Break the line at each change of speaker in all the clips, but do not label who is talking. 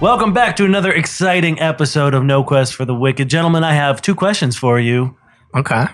Welcome back to another exciting episode of No Quest for the Wicked. Gentlemen, I have two questions for you.
Okay.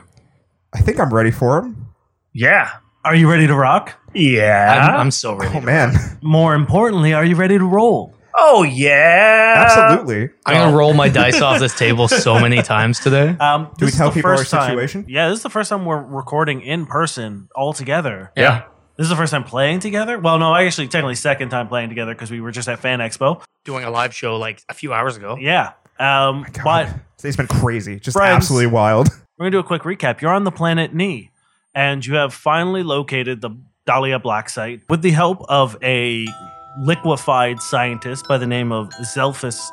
I think I'm ready for him. Oh,
Yeah.
Are you ready to rock?
Yeah.
I'm, I'm so ready.
Oh man,
More importantly, are you ready to roll?
oh yeah.
absolutely. Oh,
I'm gonna roll my dice off this table so many times today.
Um,
Do we
this is
tell
the
people our
first time-
situation?
yeah, this is the first time we're recording in person all together.
Yeah.
This is the first time playing together. Well, no, I actually technically second time playing together because we were just at Fan Expo.
Doing a live show like a few hours ago.
Yeah. Um, but
God, Today's been crazy, just
Friends.
absolutely wild.
we're gonna do a quick recap. You're on the planet Nee, and you have finally located the Dahlia Black site with the help of a liquefied scientist by the name of Zelphus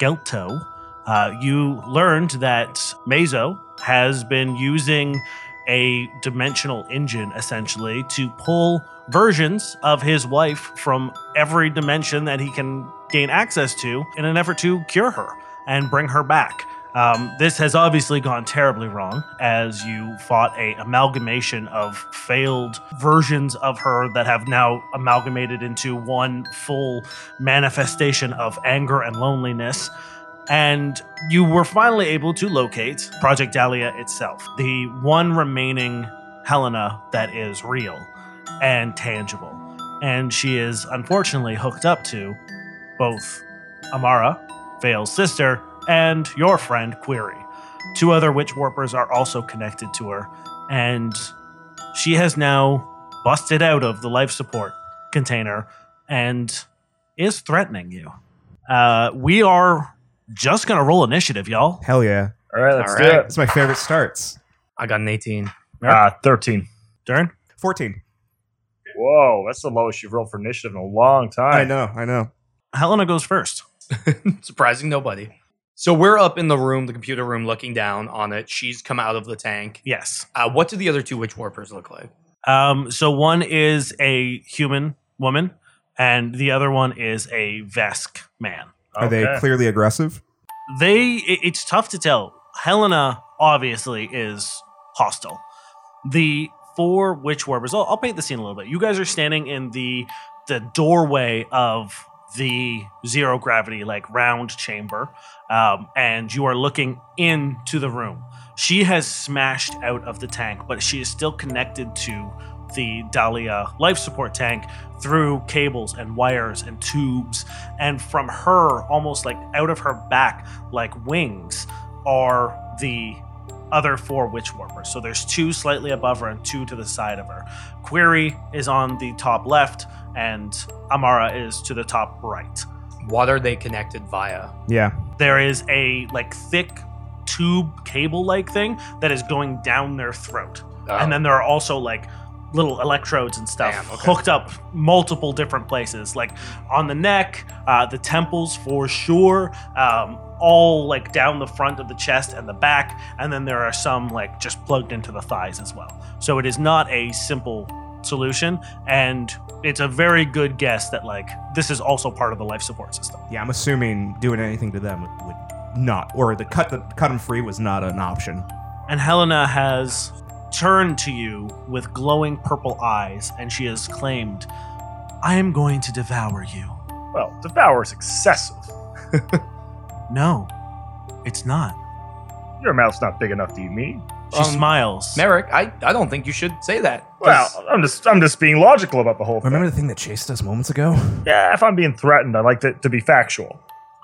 Gelto. Uh, you learned that Mazo has been using a dimensional engine essentially to pull versions of his wife from every dimension that he can gain access to in an effort to cure her and bring her back. Um, this has obviously gone terribly wrong as you fought a amalgamation of failed versions of her that have now amalgamated into one full manifestation of anger and loneliness. And you were finally able to locate Project Dahlia itself, the one remaining Helena that is real and tangible. And she is unfortunately hooked up to both Amara, Vale's sister, and your friend Query. Two other witch warpers are also connected to her, and she has now busted out of the life support container and is threatening you. Uh, we are just gonna roll initiative, y'all.
Hell yeah,
All right, let's
All
do
right.
it.
that's my favorite starts.
I got an 18.
Ah, thirteen.
Dern,
Fourteen.
Whoa, that's the lowest you've rolled for initiative in a long
I
time.
know, I know.
Helena goes first.
Surprising nobody. So we're up in the room, the computer room, looking down on it. She's come out of the tank.
Yes.
Uh, what do the other two witch warpers look like?
Um, so one is a human woman, and the other one is a Vesk man.
Are they
Okay.
clearly aggressive?
they it- it's tough to tell helena obviously is hostile the four witch warpers I'll, I'll paint the scene a little bit you guys are standing in the the doorway of the zero gravity like round chamber um, and you are looking into the room she has smashed out of the tank but she is still connected to the dahlia life support tank through cables and wires and tubes and from her almost like out of her back like wings are the other four witch warpers. So there's two slightly above her and two to the side of her. Query is on the top left, and Amara is to the top right.
What are they connected via?
Yeah.
There is a like thick tube cable like thing that is going down their throat.
Uh,
And then there are also like little electrodes and stuff
Damn, okay.
hooked up multiple different places, like on the neck, uh, the temples for sure, um, all like down the front of the chest and the back. And then there are some like just plugged into the thighs as well. So it is not a simple solution. And it's a very good guess that like this is also part of the life support system.
Yeah, I'm assuming doing anything to them would, would not, or the cut the cut them free was not an option.
And Helena has turned to you with glowing purple eyes, and she has claimed, I am going to devour you.
Well, devour is excessive.
No, it's not.
Your mouth's not big enough to eat me.
She
Um,
smiles.
Merrick, I, I don't think you should say that. 'Cause-
Well, I'm just I'm just being logical about the whole thing.
Remember the thing that chased us moments ago?
yeah, if I'm being threatened, I like to, to be factual.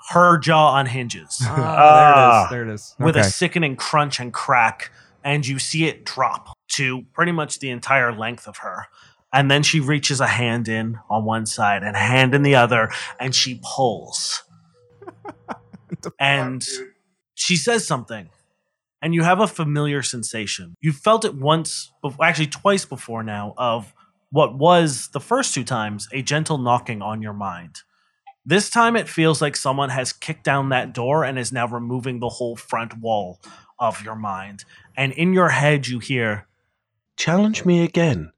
Her jaw unhinges
Ah.
there it is. There it is.
with a
Okay.
sickening crunch and crack, and you see it drop to pretty much the entire length of her. And then she reaches a hand in on one side and a hand in the other, and she pulls. and she says something, and you have a familiar sensation. You felt it once, bef- actually twice before now, of what was the first two times a gentle knocking on your mind. This time it feels like someone has kicked down that door and is now removing the whole front wall of your mind. And in your head, you hear,
Challenge me again,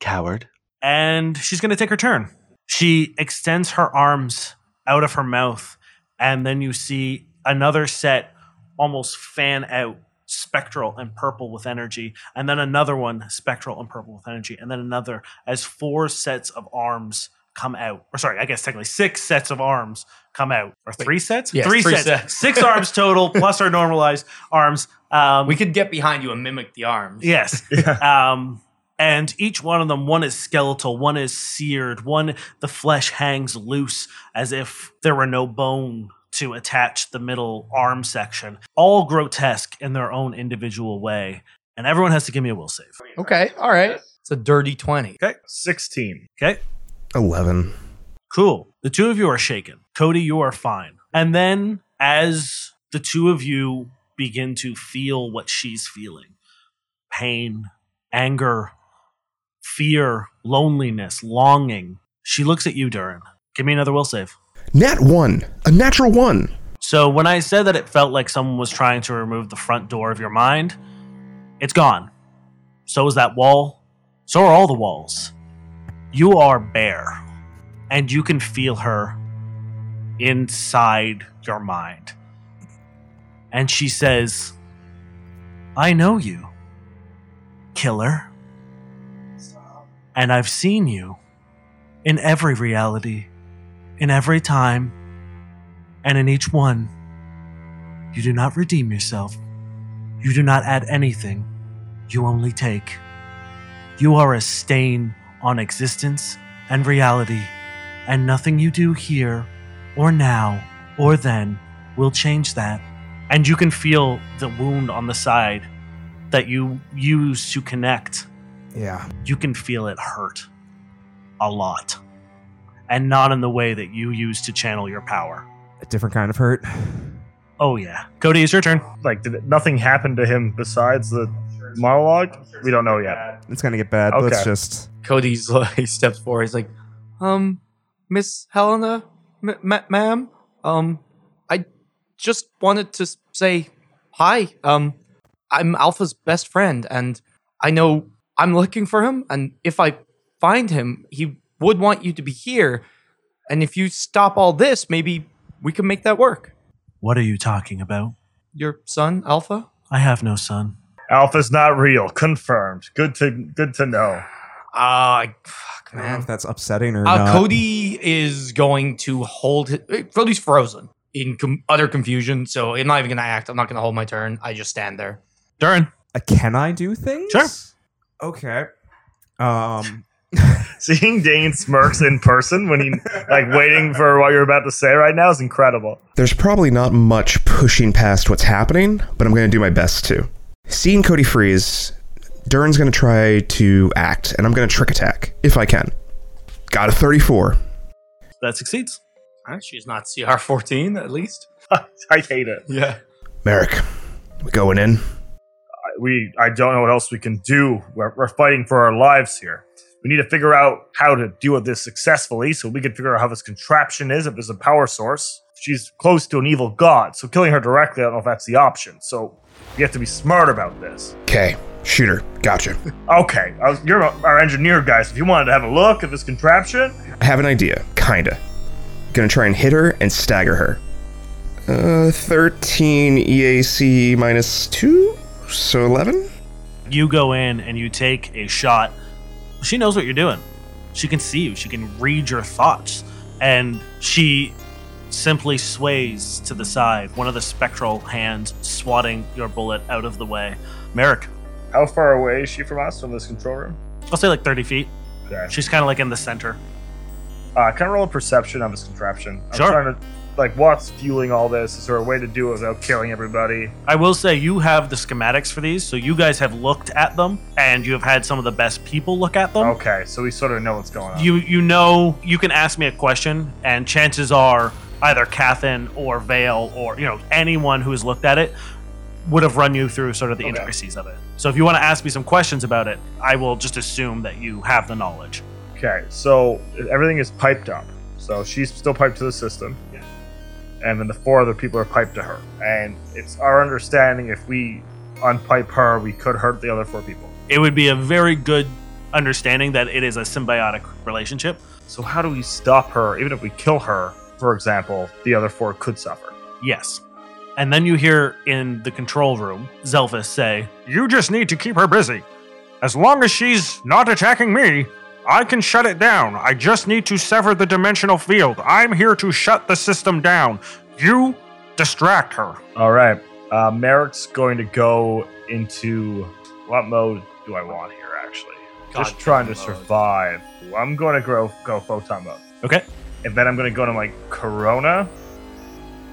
coward.
and she's going to take her turn. She extends her arms out of her mouth, and then you see another set almost fan out, spectral and purple with energy, and then another one spectral and purple with energy, and then another as four sets of arms come out. Or sorry, I guess technically six sets of arms come out. Or
Wait.
three sets?
Yes,
three,
three
sets.
sets.
six arms total plus our normalized arms. Um,
We could get behind you and mimic the arms.
yes.
Yeah.
Um, and each one of them, one is skeletal, one is seared, one the flesh hangs loose as if there were no bone to attach the middle arm section. All grotesque in their own individual way. And everyone has to give me a will save.
Okay. All right. It's a dirty 20.
Okay. 16.
Okay.
11.
Cool. The two of you are shaken. Cody, you are fine. And then as the two of you begin to feel what she's feeling pain, anger, fear, loneliness, longing she looks at you, Durin. Give me another will save.
Nat 1. A natural 1.
So when I said that it felt like someone was trying to remove the front door of your mind, it's gone. So is that wall. So are all the walls. You are bare, and you can feel her inside your mind. And she says, I know you, killer. And I've seen you in every reality, in every time, and in each one, you do not redeem yourself. You do not add anything. You only take. You are a stain on existence and reality, and nothing you do here or now or then will change that. And you can feel the wound on the side that you use to connect.
Yeah.
You can feel it hurt a lot, and not in the way that you use to channel your power.
A different kind of hurt.
Oh yeah, Cody, it's your turn.
Like, did nothing happen to him besides the monologue? We don't know yet.
It's gonna get bad.
Okay.
Let's just.
Cody's like, he steps forward. He's like, um, Miss Helena, ma- ma- ma'am, um, I just wanted to s- say hi. Um, I'm Alpha's best friend, and I know I'm looking for him. And if I find him, he would want you to be here. And if you stop all this, maybe we can make that work.
What are you talking about?
Your son, Alpha?
I have no son.
Alpha's not real. Confirmed. Good to good to know.
Ah, I fuck,
I don't know if that's upsetting or
Uh,
not.
Cody is going to hold. His, Cody's frozen in com- utter confusion, so I'm not even going to act. I'm not going to hold my turn. I just stand there.
Durin.
Uh, can I do things?
Sure.
Okay. Um.
Seeing Dane smirks in person when he like waiting for what you're about to say right now is incredible.
There's probably not much pushing past what's happening, but I'm going to do my best to. Seeing Cody freeze, Durin's going to try to act, and I'm going to trick attack if I can. Got a 34.
That succeeds.
Huh? She's not CR 14, at least.
I hate it.
Yeah.
Merrick, we going in?
We I don't know what else we can do. We're, we're fighting for our lives here. We need to figure out how to deal with this successfully, so we can figure out how this contraption is. If there's a power source, she's close to an evil god, so killing her directly, I don't know if that's the option. So we have to be smart about this.
Okay, shooter, gotcha.
Okay, I was- you're our engineer, guys. If you wanted to have a look at this contraption,
I have an idea, kinda. Gonna try and hit her and stagger her. Uh, 13 EAC minus 2, so 11?
You go in and you take a shot. She knows what you're doing. She can see you. She can read your thoughts. And she simply sways to the side, one of the spectral hands swatting your bullet out of the way. Merrick,
how far away is she from us from this control room?
I'll say like 30 feet.
Okay.
She's kind of like in the center.
Uh, can I roll a perception of this contraption? I'm
Sure.
trying to, like, what's fueling all this? Is there a way to do it without killing everybody?
I will say you have the schematics for these, so you guys have looked at them and you have had some of the best people look at them.
Okay, so we sort of know what's going on.
Um, you you know you can ask me a question and chances are either Kathin or Vale or you know anyone who's looked at it would have run you through sort of the
Okay.
intricacies of it. So if you want to ask me some questions about it, I will just assume that you have the knowledge.
okay, so everything is piped up. So she's still piped to the system. Yeah. And then the four other people are piped to her. And it's our understanding if we unpipe her, we could hurt the other four people.
It would be a very good understanding that it is a symbiotic relationship.
So how do we stop her? Even if we kill her, for example, the other four could suffer.
Yes. And then you hear in the control room Zelphus say, "You just need to keep her busy. As long as she's not attacking me,
I can shut it down. I just need to sever the dimensional field. I'm here to shut the system down. You distract her.
All right. Uh, Merrick's going to go into what mode do I want here? Actually, just trying to survive. I'm going to go go photon mode,
Okay.
and then I'm going to go to my Corona.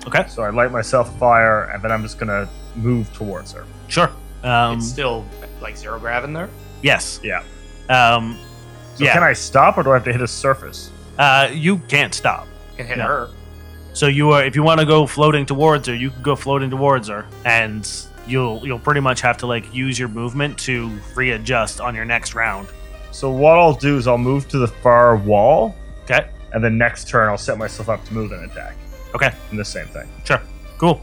Okay.
So I light myself a fire, and then I'm just going to move towards her.
Sure. Um,
it's still like zero grav in there.
yes.
Yeah.
Um,
So
Yeah.
can I stop, or do I have to hit a surface?
uh, you can't stop.
Can hit
No.
her.
So you are, if you want to go floating towards her, you can go floating towards her, and you'll you'll pretty much have to like use your movement to readjust on your next round.
So what I'll do is I'll move to the far wall,
Okay.
and then next turn I'll set myself up to move and attack.
Okay.
And the same thing.
Sure. Cool.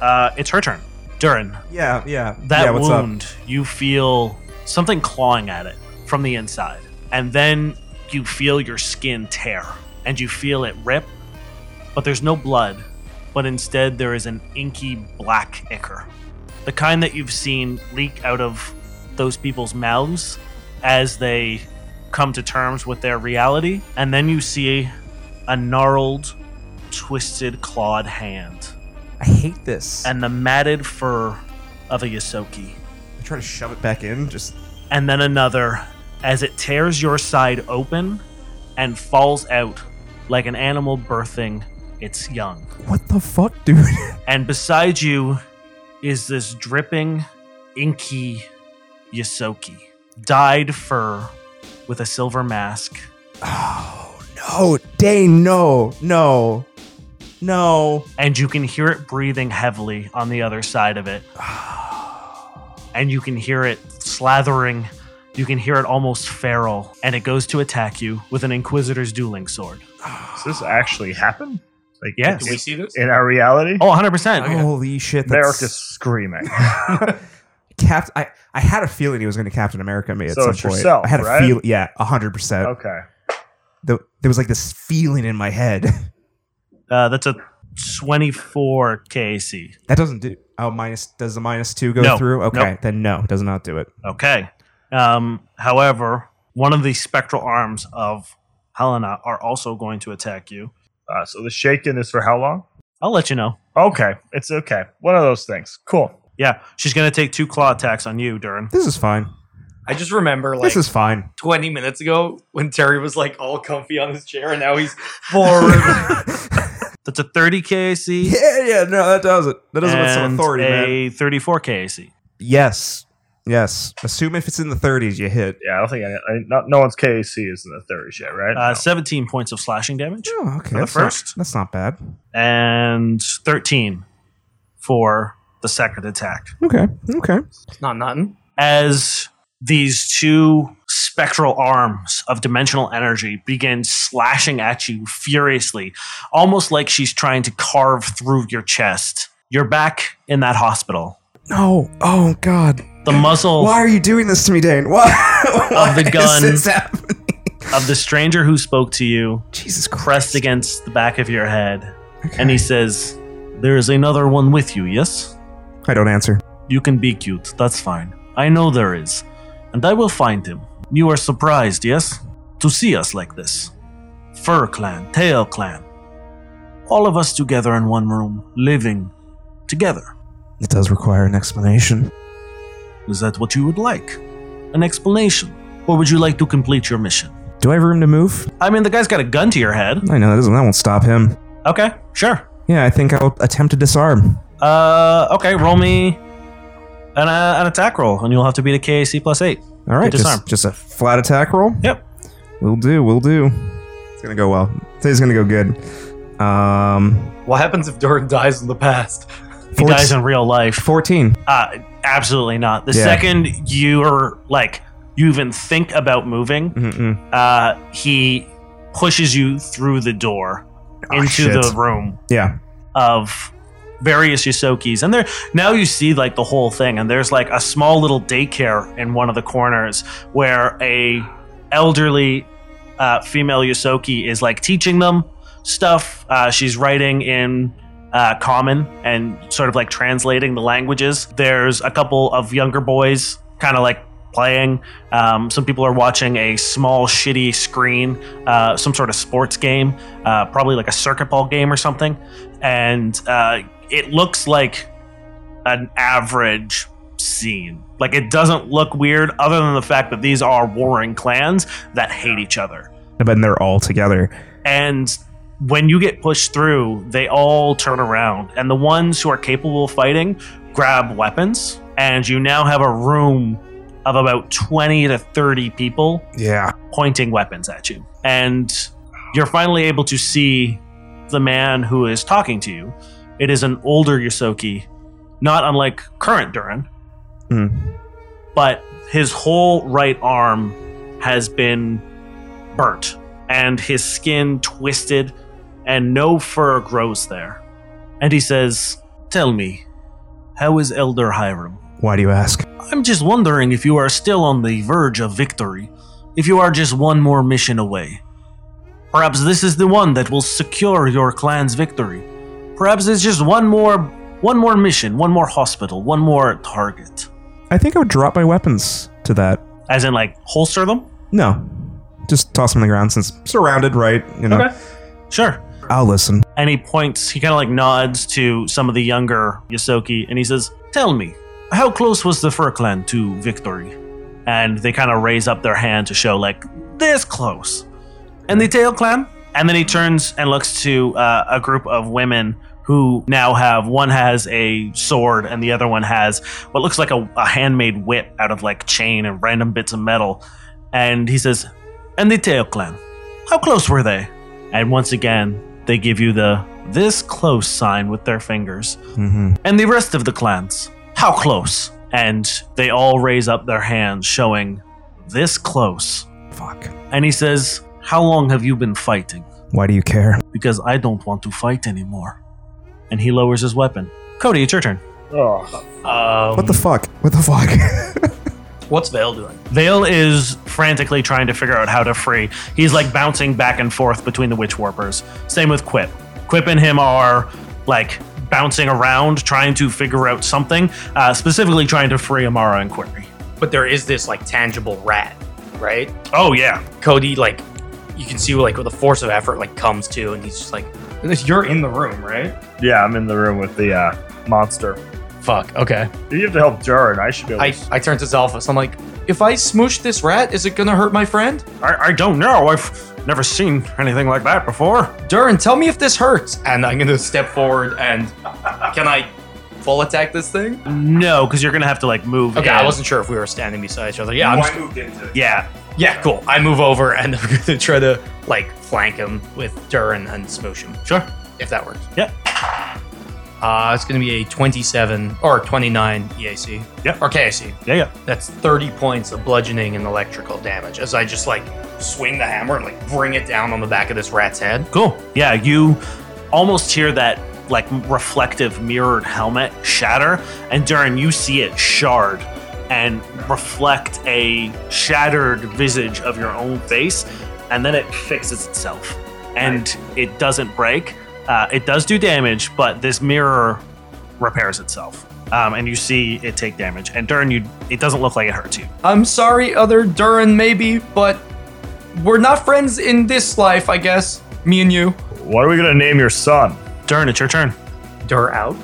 Uh, it's her turn. Durin,
Yeah, yeah.
that
yeah, what's up?
wound, you feel something clawing at it from the inside. And then you feel your skin tear and you feel it rip, but there's no blood, but instead there is an inky black ichor. The kind that you've seen leak out of those people's mouths as they come to terms with their reality. And then you see a gnarled, twisted, clawed hand
I hate this.
and the matted fur of a Yosoki
I try to shove it back in. Just
and then another as it tears your side open and falls out like an animal birthing its young.
what the fuck, dude?
And beside you is this dripping, inky Yosoki, dyed fur with a silver mask.
oh no, Dane, no, no, no.
And you can hear it breathing heavily on the other side of it. And you can hear it slathering. You can hear it almost feral. And it goes to attack you with an Inquisitor's dueling sword.
Does this actually happen? Like
Yes.
Do we see this?
in our reality?
Oh, 100%.
Holy shit!
Merrick
That's
is screaming.
Cap- I I had a feeling he was going to Captain America me at
So
some
it's
point.
yourself,
I had a
right?
feel. Yeah, hundred percent.
okay.
There was like this feeling in my head.
Uh, that's a 24 KAC.
That doesn't do. Oh, minus does the minus two go
No.
through? Okay,
Nope.
then no, does not do it.
Okay. Um, however, one of the spectral arms of Helena are also going to attack you.
Uh, so the shaken is for how long?
I'll let you know.
Okay, it's okay. One of those things. Cool.
Yeah, she's going to take two claw attacks on you, Durin.
This is fine.
I just remember like
this is fine.
20 minutes ago when Terry was like all comfy on his chair and now he's forward.
That's a 30 KAC.
Yeah, yeah, no, that does it. That does it with some
and
authority, man.
a 34 KAC.
Yes, yes. Assume if it's in the 30s, you hit.
Yeah, I don't think I, I not, no one's KAC is in the 30s yet, right?
Uh,
No.
17 points of slashing damage
Oh,
for
okay.
the
that's not-
first,
that's not bad.
and 13 for the second attack.
Okay, okay.
It's not nothing.
as these two spectral arms of dimensional energy begin slashing at you furiously, almost like she's trying to carve through your chest. You're back in that hospital.
No. Oh God.
The muzzle
Why are you doing this to me, Dane? Why? why
the
is
gun.
this happening?
of the stranger who spoke to you
Jesus
pressed
Christ.
against the back of your head, and he says, There is another one with you, yes?
I don't answer.
You can be cute, that's fine. I know there is, and I will find him. You are surprised, yes? To see us like this. Fur Clan, Tail Clan. All of us together in one room, living together.
It does require an explanation.
Is that what you would like? An explanation? Or would you like to complete your mission?
Do I have room to move?
I mean, the guy's got a gun to your head.
I know that doesn't. That won't stop him.
Okay, sure.
Yeah, I think I'll attempt to disarm.
Uh, okay, roll me an, uh, an attack roll, and you'll have to beat a KAC plus eight.
All right,
To disarm.
just, just a flat attack roll.
Yep.
Will do. Will do. It's gonna go well. Today's gonna go good. Um,
What happens if Doran dies in the past?
He dies in real life.
fourteen.
Uh, absolutely not. The
Yeah.
second you're like you even think about moving,
Mm-mm.
uh, he pushes you through the door
Oh,
into
shit.
the room
Yeah.
of various Yosokis, and there now you see like the whole thing, and there's like a small little daycare in one of the corners where a elderly uh, female Yosoki is like teaching them stuff. Uh, she's writing in uh, common and sort of like translating the languages. There's a couple of younger boys kind of like playing. Um, some people are watching a small, shitty screen, uh, some sort of sports game, uh, probably like a circuit ball game or something. And uh, it looks like an average scene. Like it doesn't look weird, other than the fact that these are warring clans that hate each other.
But then they're all together.
And when you get pushed through, they all turn around. And the ones who are capable of fighting grab weapons. And you now have a room of about 20 to 30 people
Yeah.
pointing weapons at you. And you're finally able to see the man who is talking to you. It is an older Yosoki, not unlike current Durin,
Hmm.
but his whole right arm has been burnt and his skin twisted, and no fur grows there. And he says, Tell me, how is Elder Hiram?
Why do you ask?
I'm just wondering if you are still on the verge of victory, if you are just one more mission away. Perhaps this is the one that will secure your clan's victory. Perhaps it's just one more one more mission, one more hospital, one more target.
I think I would drop my weapons to that.
As in like holster them?
No. Just toss them on the ground since surrounded, right? You know.
Sure.
I'll listen.
and he points he kind of like nods to some of the younger yosoki and he says tell me how close was the fur clan to victory and they kind of raise up their hand to show like this close and the tail clan and then he turns and looks to uh, a group of women who now have one has a sword and the other one has what looks like a, a handmade whip out of like chain and random bits of metal and he says and the tail clan how close were they and once again, they give you the this close sign with their fingers.
Mm-hmm.
And the rest of the clans, how close? And they all raise up their hands, showing this close.
Fuck.
And he says, How long have you been fighting?
Why do you care?
Because I don't want to fight anymore. And he lowers his weapon. Cody, it's your turn.
Oh,
Um,
What the fuck? What the fuck?
What's Vale doing?
Vale is frantically trying to figure out how to free. He's like bouncing back and forth between the witch warpers. Same with Quip. Quip and him are like bouncing around trying to figure out something, uh, specifically trying to free Amara and Query.
But there is this like tangible rat, right?
Oh yeah,
Cody, like, you can see like with the force of effort like comes to, and he's just like, "You're in the room, right?"
yeah, I'm in the room with the uh, monster.
Fuck. Okay.
If you have to help Jared, I should be able
I
to.
I turn to Zelphus. I'm like, if I smoosh this rat, is it gonna hurt my friend?
I, I don't know. I've never seen anything like that before.
Durin, tell me if this hurts. And I'm gonna step forward and can I full attack this thing?
no, because you're gonna have to like move.
Okay,
in.
I wasn't sure if we were standing beside each other. Yeah, I'm just,
Yeah,
yeah, cool. I move over and I'm gonna try to like flank him with Durin and smoosh him. Sure, if that works.
Yep.
Uh, it's gonna be a 27 or 29 EAC.
Yep.
Or KAC.
yeah, yeah.
That's 30 points of bludgeoning and electrical damage as I just like swing the hammer and like bring it down on the back of this rat's head.
Cool. Yeah, you almost hear that like reflective mirrored helmet shatter, and Durin, you see it shard and reflect a shattered visage of your own face, and then it fixes itself and it doesn't break. Uh, it does do damage, but this mirror repairs itself. Um, and you see it take damage. And Durin, you it doesn't look like it hurts you.
I'm sorry, other Durin, maybe, but we're not friends in this life, I guess. Me and you.
What are we gonna name your son?
Durin, it's your turn.
Dur out.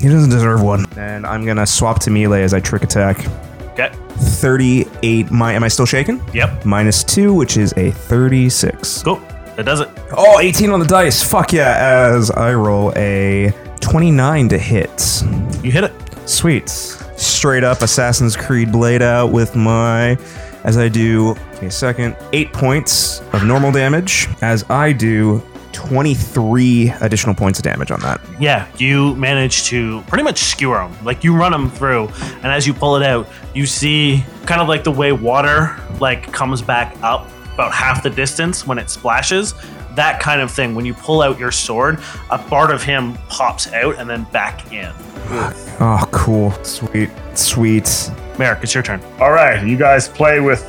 he doesn't deserve one. And I'm gonna swap to melee as I trick attack.
Okay.
38. My, am I still shaken?
Yep.
Minus two, which is a 36.
Cool. That does it.
Oh, 18 on the dice. Fuck yeah. As I roll a 29 to hit.
You hit it.
Sweet. Straight up Assassin's Creed blade out with my. As I do, give me a second, eight points of normal damage. As I do 23 additional points of damage on that.
Yeah, you manage to pretty much skewer them. Like you run them through, and as you pull it out, you see kind of like the way water like comes back up about half the distance when it splashes. That kind of thing. When you pull out your sword, a part of him pops out and then back in.
Oh, cool. Sweet. Sweet.
Merrick, it's your turn.
All right, you guys play with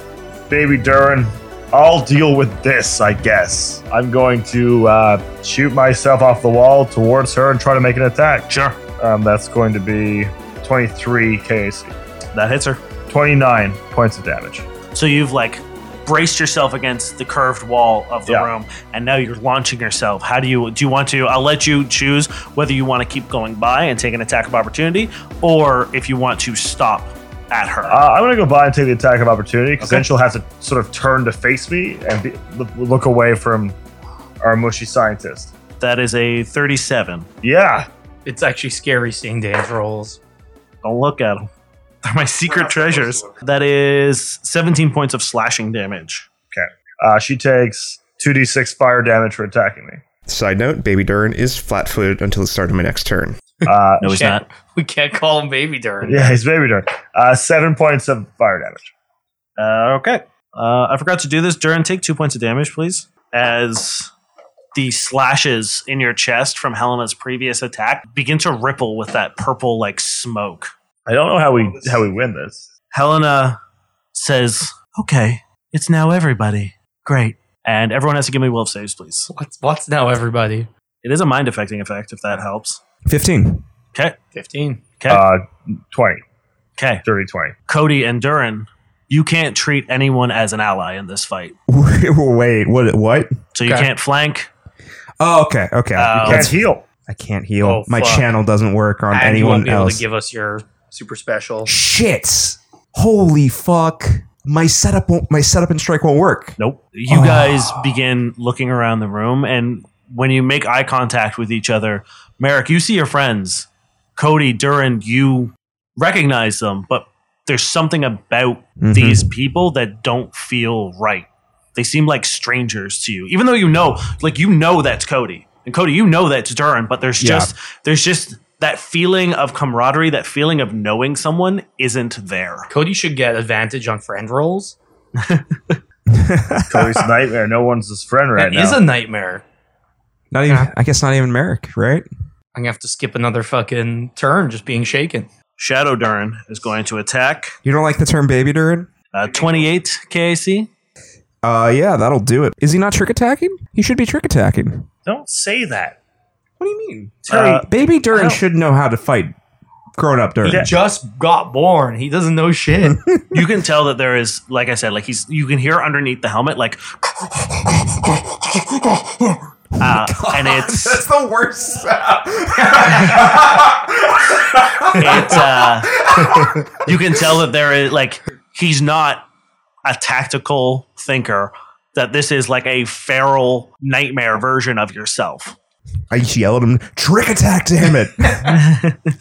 baby Durin. I'll deal with this, I guess. I'm going to uh, shoot myself off the wall towards her and try to make an attack.
Sure,
Um, that's going to be 23 KC.
that hits her.
29 points of damage.
So you've like braced yourself against the curved wall of the
Yeah.
room, and now you're launching yourself. How do you do? You want to? I'll let you choose whether you want to keep going by and take an attack of opportunity, or if you want to stop at her.
Uh, I'm going to go by and take the attack of opportunity because then she'll have to sort of turn to face me and be, look, look away from our mushy scientist.
that is a 37.
Yeah.
It's actually scary seeing Dan's rolls.
Don't Oh, look at them. They're my secret treasures. That is 17 points of slashing damage.
Uh, she takes 2d6 fire damage for attacking me.
Side note, baby Dern is flat footed until the start of my next turn.
Uh,
No, he's
Shit.
not.
We can't call him Baby Dern.
yeah, he's baby Dern. Uh, seven points of fire damage.
Uh, okay. Uh, I forgot to do this. Duran, take two points of damage, please. As the slashes in your chest from Helena's previous attack begin to ripple with that purple like smoke.
I don't know how we how we win this.
Helena says, Okay, it's now everybody. Great. And everyone has to give me wolf saves, please.
What's what's now, everybody?
It is a mind affecting effect, if that helps.
15.
Okay.
Fifteen.
Okay.
Uh, 20,
okay.
30, 20.
Cody and Duran, you can't treat anyone as an ally in this fight.
Wait, what? What?
So you
Okay.
can't flank.
Oh, okay, okay.
Uh,
Can't
That's-
heal.
I can't heal.
Oh,
My
fuck.
channel doesn't work on
and you won't
anyone
be able
else.
to give us your super special.
Shit! Holy fuck! My setup won't. My setup and strike won't work.
Nope. You
Oh.
guys begin looking around the room, and when you make eye contact with each other, Merrick, you see your friends. Cody, Duran, you recognize them, but there's something about
Mhm.
these people that don't feel right. They seem like strangers to you, even though you know, like you know that's Cody, and Cody, you know that's Duran, but there's
Yeah.
just there's just that feeling of camaraderie, that feeling of knowing someone isn't there.
Cody should get advantage on friend rolls.
Cody's nightmare. No one's his friend right
That
now.
is a nightmare.
Not even.
Yeah.
I guess not even Merrick, right?
I'm gonna have to skip another fucking turn just being shaken.
Shadow Duran is going to attack.
You don't like the term baby Durin?
Uh, 28 KAC.
Uh, yeah, that'll do it. Is he not trick attacking? He should be trick attacking. What
Don't say that.
do you mean? Uh,
Terry,
baby Durin
don't-
should know how to fight. Grown up Durin.
Yeah.
Just got born. He doesn't know shit.
you can tell that there is, like I said, like he's, you can hear underneath the helmet, like,
Oh
uh, and it's,
the worst.
it's, uh, you can tell that there is, like, he's not a tactical thinker, that this is like a feral nightmare version of yourself.
I yelled at him, trick attack, damn it! You're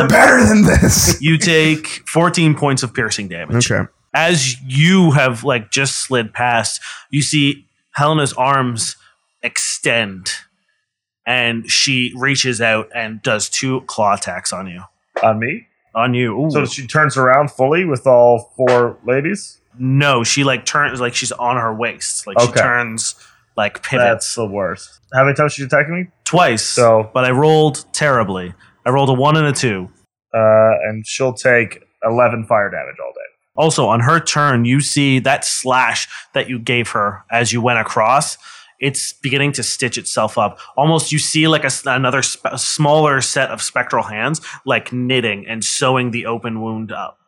Um,
better than this.
you take 14 points of piercing damage.
Okay.
as you have like just slid past, you see Helena's arms extend and she reaches out and does two claw attacks on you.
On me?
On you. Ooh.
So she turns around fully with all four ladies?
no, she like turns like she's on her waist. Like she
Okay.
turns like pivots
That's the worst. How many times she's attacking me?
twice.
So,
but I rolled terribly. I rolled a one and a two.
uh, and she'll take 11 fire damage all day.
Also, on her turn, you see that slash that you gave her as you went across. It's beginning to stitch itself up. Almost, you see like a, s- another sp- smaller set of spectral hands, like knitting and sewing the open wound up.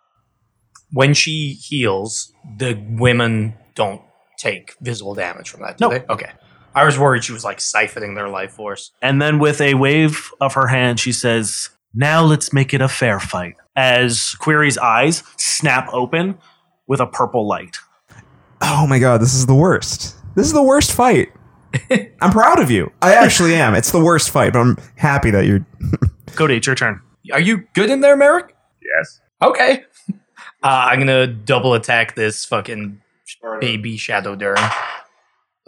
when she heals, the women don't take visible damage from that, do
No.
they? Okay. I was worried she was like siphoning their life force.
And then, with a wave of her hand, she says, Now let's make it a fair fight. As Query's eyes snap open with a purple light.
Oh my god, this is the worst. This is the worst fight. I'm proud of you. I actually am. It's the worst fight, but I'm happy that you're.
Cody, it's your turn.
Are you good in there, Merrick?
Yes.
Okay. Uh, I'm gonna double attack this fucking baby Shadow Durn.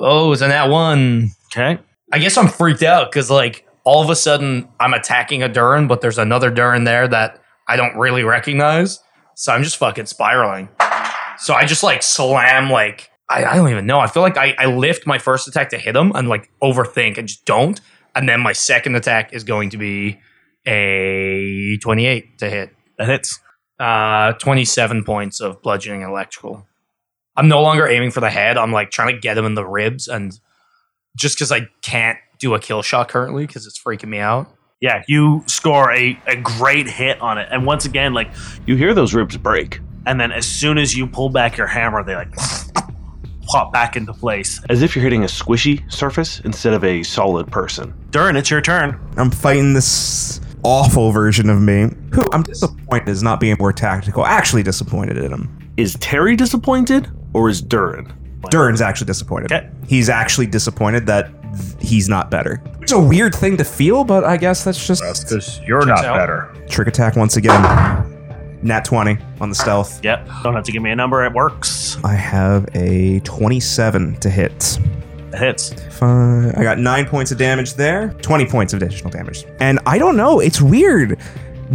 Oh, it's in that one.
Okay.
I guess I'm freaked out because like all of a sudden I'm attacking a Durn, but there's another Durn there that I don't really recognize. So I'm just fucking spiraling. So I just like slam like I, I don't even know. I feel like I, I lift my first attack to hit him and like overthink and just don't. And then my second attack is going to be a 28 to hit
That hits.
uh, 27 points of bludgeoning and electrical. I'm no longer aiming for the head. I'm like trying to get him in the ribs, and just because I can't do a kill shot currently because it's freaking me out.
Yeah, you score a, a great hit on it. And once again, like,
You hear those ribs break.
and then as soon as you pull back your hammer, they like pop back into place.
As if you're hitting a squishy surface instead of a solid person.
Durin, it's your turn.
I'm fighting this awful version of me, who I'm disappointed is not being more tactical. Actually disappointed in him.
Is Terry disappointed or is Durin?
Durin's actually disappointed.
Okay.
He's actually disappointed that th- he's not better. It's a weird thing to feel, but I guess that's just
because you're not
out.
better.
trick attack once again. Nat 20 on the stealth.
Yep. Don't have to give me a number. It works.
I have a 27 to hit.
It hits.
Five. I got nine points of damage there. Twenty points of additional damage. And I don't know. It's weird.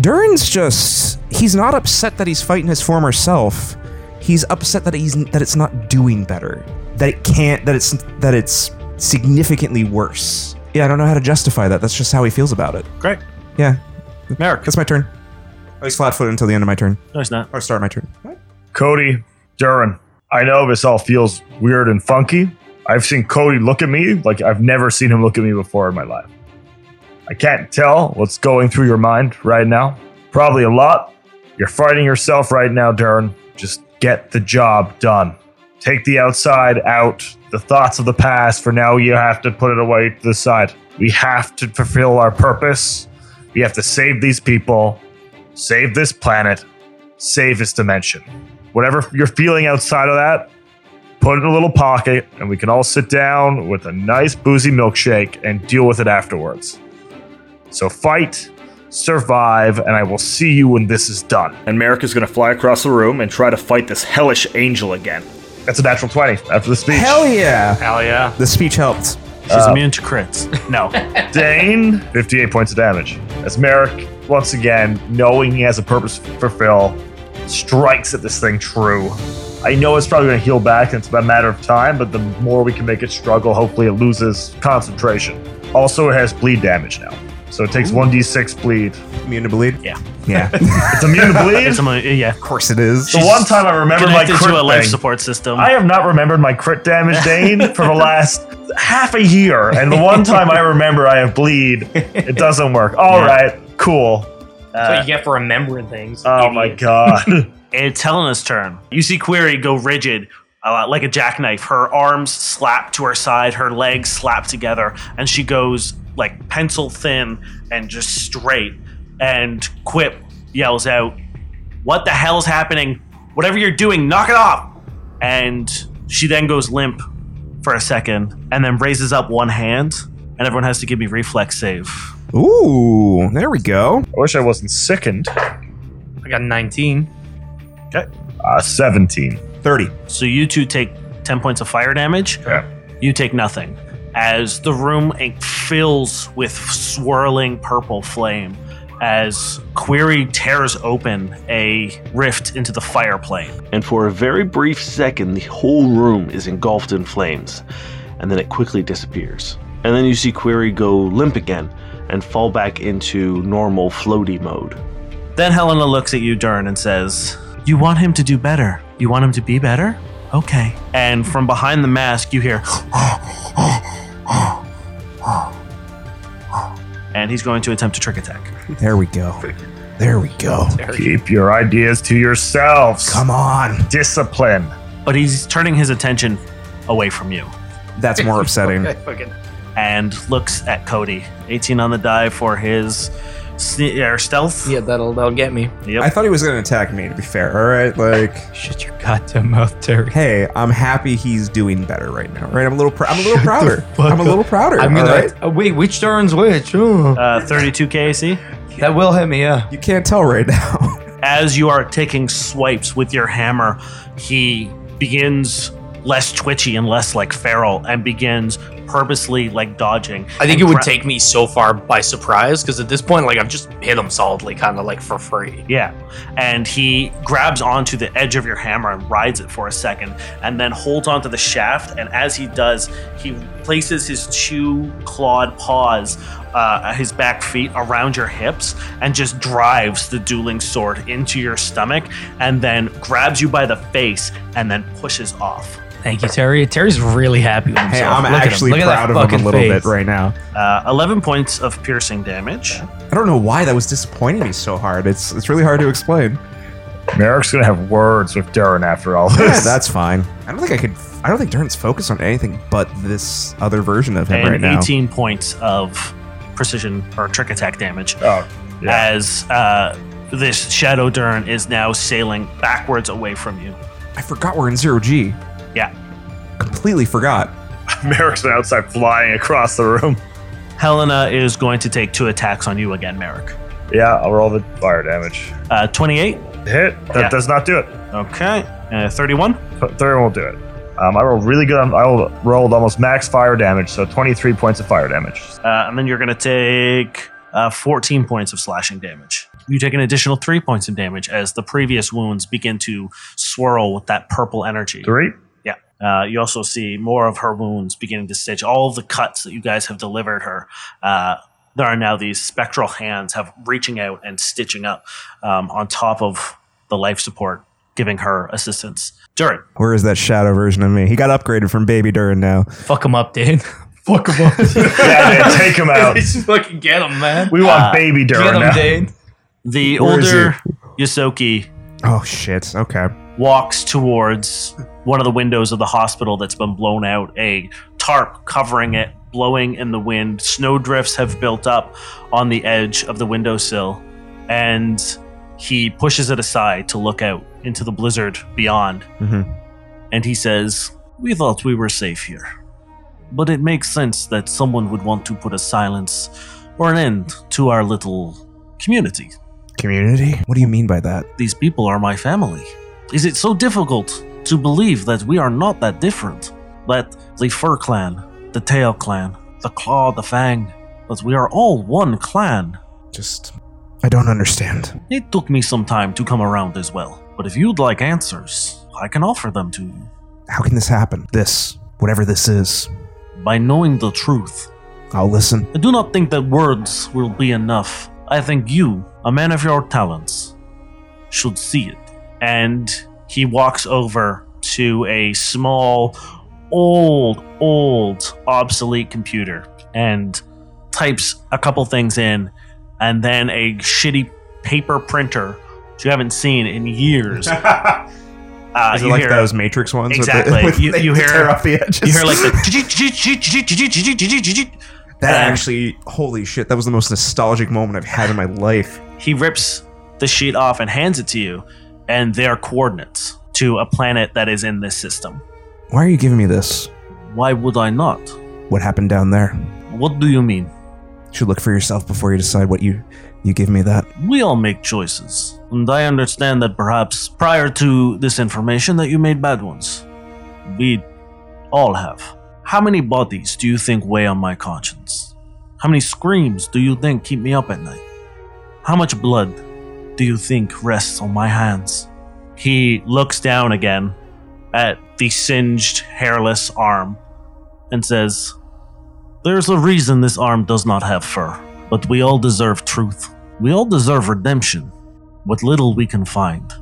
Durin's just—he's not upset that he's fighting his former self. He's upset that he's that it's not doing better. That it can't. That it's that it's significantly worse. Yeah, I don't know how to justify that. That's just how he feels about it.
Great.
Yeah,
Merrick.
that's my turn. Oh, he's flat-footed until the end of my turn
No, he's not.
or start of my turn. What?
Cody, Durin, I know this all feels weird and funky. I've seen Cody look at me like I've never seen him look at me before in my life. I can't tell what's going through your mind right now. Probably a lot. You're fighting yourself right now, Durin. Just get the job done. Take the outside out, the thoughts of the past. For now, you have to put it away to the side. We have to fulfill our purpose. We have to save these people, save this planet, save this dimension whatever you're feeling outside of that, put it in a little pocket, and we can all sit down with a nice boozy milkshake and deal with it afterwards. So fight, survive, and I will see you when this is done.
And Merrick is going to fly across the room and try to fight this hellish angel again.
That's a natural 20 after the speech.
Hell yeah!
Hell yeah.
The speech helped.
She's immune to crits. No.
Dane, 58 points of damage. As Merrick, once again, knowing he has a purpose to fulfill, strikes at this thing true. I know it's probably going to heal back and it's about a matter of time, but the more we can make it struggle, hopefully it loses concentration. Also, it has bleed damage now. So it takes 1d6 bleed.
Immune to bleed.
Yeah.
Yeah.
It's immune to bleed?
it's a, mo- yeah.
of course it is.
the one time I remember my
Connected
crit
to a life
thing.
support system.
I have not remembered my crit damage, Dane, for the last half a year. And the one time I remember I have bleed, it doesn't work. All
Yeah.
right, cool.
That's
Uh,
what you get for remembering things.
oh my
idiot.
god.
It's Helena's turn. You see Query go rigid, uh, like a jackknife. Her arms slap to her side, her legs slap together, and she goes like pencil thin and just straight. And Quip yells out, "What the hell's happening? Whatever you're doing, knock it off!" And she then goes limp for a second, and then raises up one hand, and everyone has to give me reflex save.
Ooh, there we go.
I wish I wasn't sickened.
I got 19.
Uh, 17.
30.
So you two take 10 points of fire damage.
Yeah.
You take nothing. As the room eh, fills with swirling purple flame, as Query tears open a rift into the fire plane.
And for a very brief second, the whole room is engulfed in flames. And then it quickly disappears. And then you see Query go limp again and fall back into normal floaty mode.
Then Helena looks at you, Durin, and says, You want him to do better? You want him to be better? Okay. And from behind the mask, you hear, and he's going to attempt a trick attack.
There we go. There we go.
Keep your ideas to yourselves.
Come on.
Discipline.
But he's turning his attention away from you.
That's more upsetting.
and looks at Cody. 18 on the die for his sne- or stealth.
Yeah, that'll that'll get me.
Yep.
I thought he was going to attack me, to be fair. All right. Like,
Shut your goddamn mouth, Terry.
hey, I'm happy he's doing better right now. Right? I'm a little, pr- I'm a little prouder. I'm a little prouder.
I'm gonna.
all right?
Uh, wait, which Durin's which? Oh.
uh, 32 KC.
that will hit me, yeah.
You can't tell right now.
As you are taking swipes with your hammer, he begins less twitchy and less like feral and begins purposely like dodging.
I think
and
it would
gra-
take me so far by surprise because at this point, like, I've just hit him solidly, kind of like for free.
Yeah. And he grabs onto the edge of your hammer and rides it for a second and then holds onto the shaft. And as he does, he places his two clawed paws, uh, his back feet around your hips and just drives the dueling sword into your stomach and then grabs you by the face and then pushes off.
Thank you, Terry. Terry's really happy with himself.
Hey, I'm
at him.
actually
Look at that
proud of him
fucking
a little
face.
bit right now.
Uh, 11 points of piercing damage.
I don't know why that was disappointing me so hard. It's, it's really hard to explain.
Merrick's gonna have words with Durin after all
Yeah,
this.
that's fine. I don't think I could. I don't think Durin's focused on anything but this other version of him
and
right now.
18 points of precision or trick attack damage
oh, yeah.
as uh, this Shadow Dern is now sailing backwards away from you.
I forgot we're in zero G.
Yeah.
Completely forgot.
Merrick's outside flying across the room.
Helena is going to take two attacks on you again, Merrick.
Yeah, I'll roll the fire damage.
Uh, 28.
Hit. That
Yeah.
does not do it.
Okay. Uh, 31.
Th- Third won't do it. Um, I rolled really good. On, I rolled, rolled almost max fire damage, so 23 points of fire damage.
Uh, and then you're going to take uh, 14 points of slashing damage. You take an additional three points of damage as the previous wounds begin to swirl with that purple energy.
Three.
Yeah. Uh, you also see more of her wounds beginning to stitch. All of the cuts that you guys have delivered her, uh, there are now these spectral hands have reaching out and stitching up um, on top of the life support, giving her assistance. Durin,
Where is that shadow version of me? He got upgraded from Baby Durin now.
Fuck him up, dude. Fuck him up.
Yeah, man, take him out.
Just fucking get him, man.
We
Uh,
want baby
Get
Durin
him,
now.
Dane.
the
Where is
older Yosoki
Oh shit. Okay.
walks towards one of the windows of the hospital that's been blown out, a tarp covering it, blowing in the wind. Snow drifts have built up on the edge of the windowsill, and he pushes it aside to look out into the blizzard beyond.
Mhm.
And he says, We thought we were safe here. But it makes sense that someone would want to put a silence or an end to our little community
Community. What do you mean by that?
these people are my family. Is it so difficult to believe that we are not that different? That the Fur Clan, the Tail Clan, the Claw, the Fang, that we are all one clan.
Just. I don't understand.
It took me some time to come around as well, but if you'd like answers, I can offer them to you.
How can this happen? This. Whatever this is.
By knowing the truth,
I'll listen.
I do not think that words will be enough. I think you, a man of your talents, should see it. And he walks over to a small, old, old, obsolete computer and types a couple things in, and then a shitty paper printer that you haven't seen in years. Uh,
Is it
you
like
hear-
those Matrix ones? with the-
Exactly.
with
You-
the-
you
the
hear-
tear off the edges.
you hear like the
that
um,
actually. Holy shit! That was the most nostalgic moment I've had in my life.
he rips the sheet off and hands it to you, and they are coordinates to a planet that is in this system.
Why are you giving me this?
Why would I not?
What happened down there?
What do you mean?
You should look for yourself before you decide what you you give me that.
We all make choices, and I understand that perhaps prior to this information that you made bad ones. We all have. How many bodies do you think weigh on my conscience? How many screams do you think keep me up at night? How much blood do you think rests on my hands? He looks down again at the singed, hairless arm and says, There's a reason this arm does not have fur, but we all deserve truth. We all deserve redemption, what little we can find.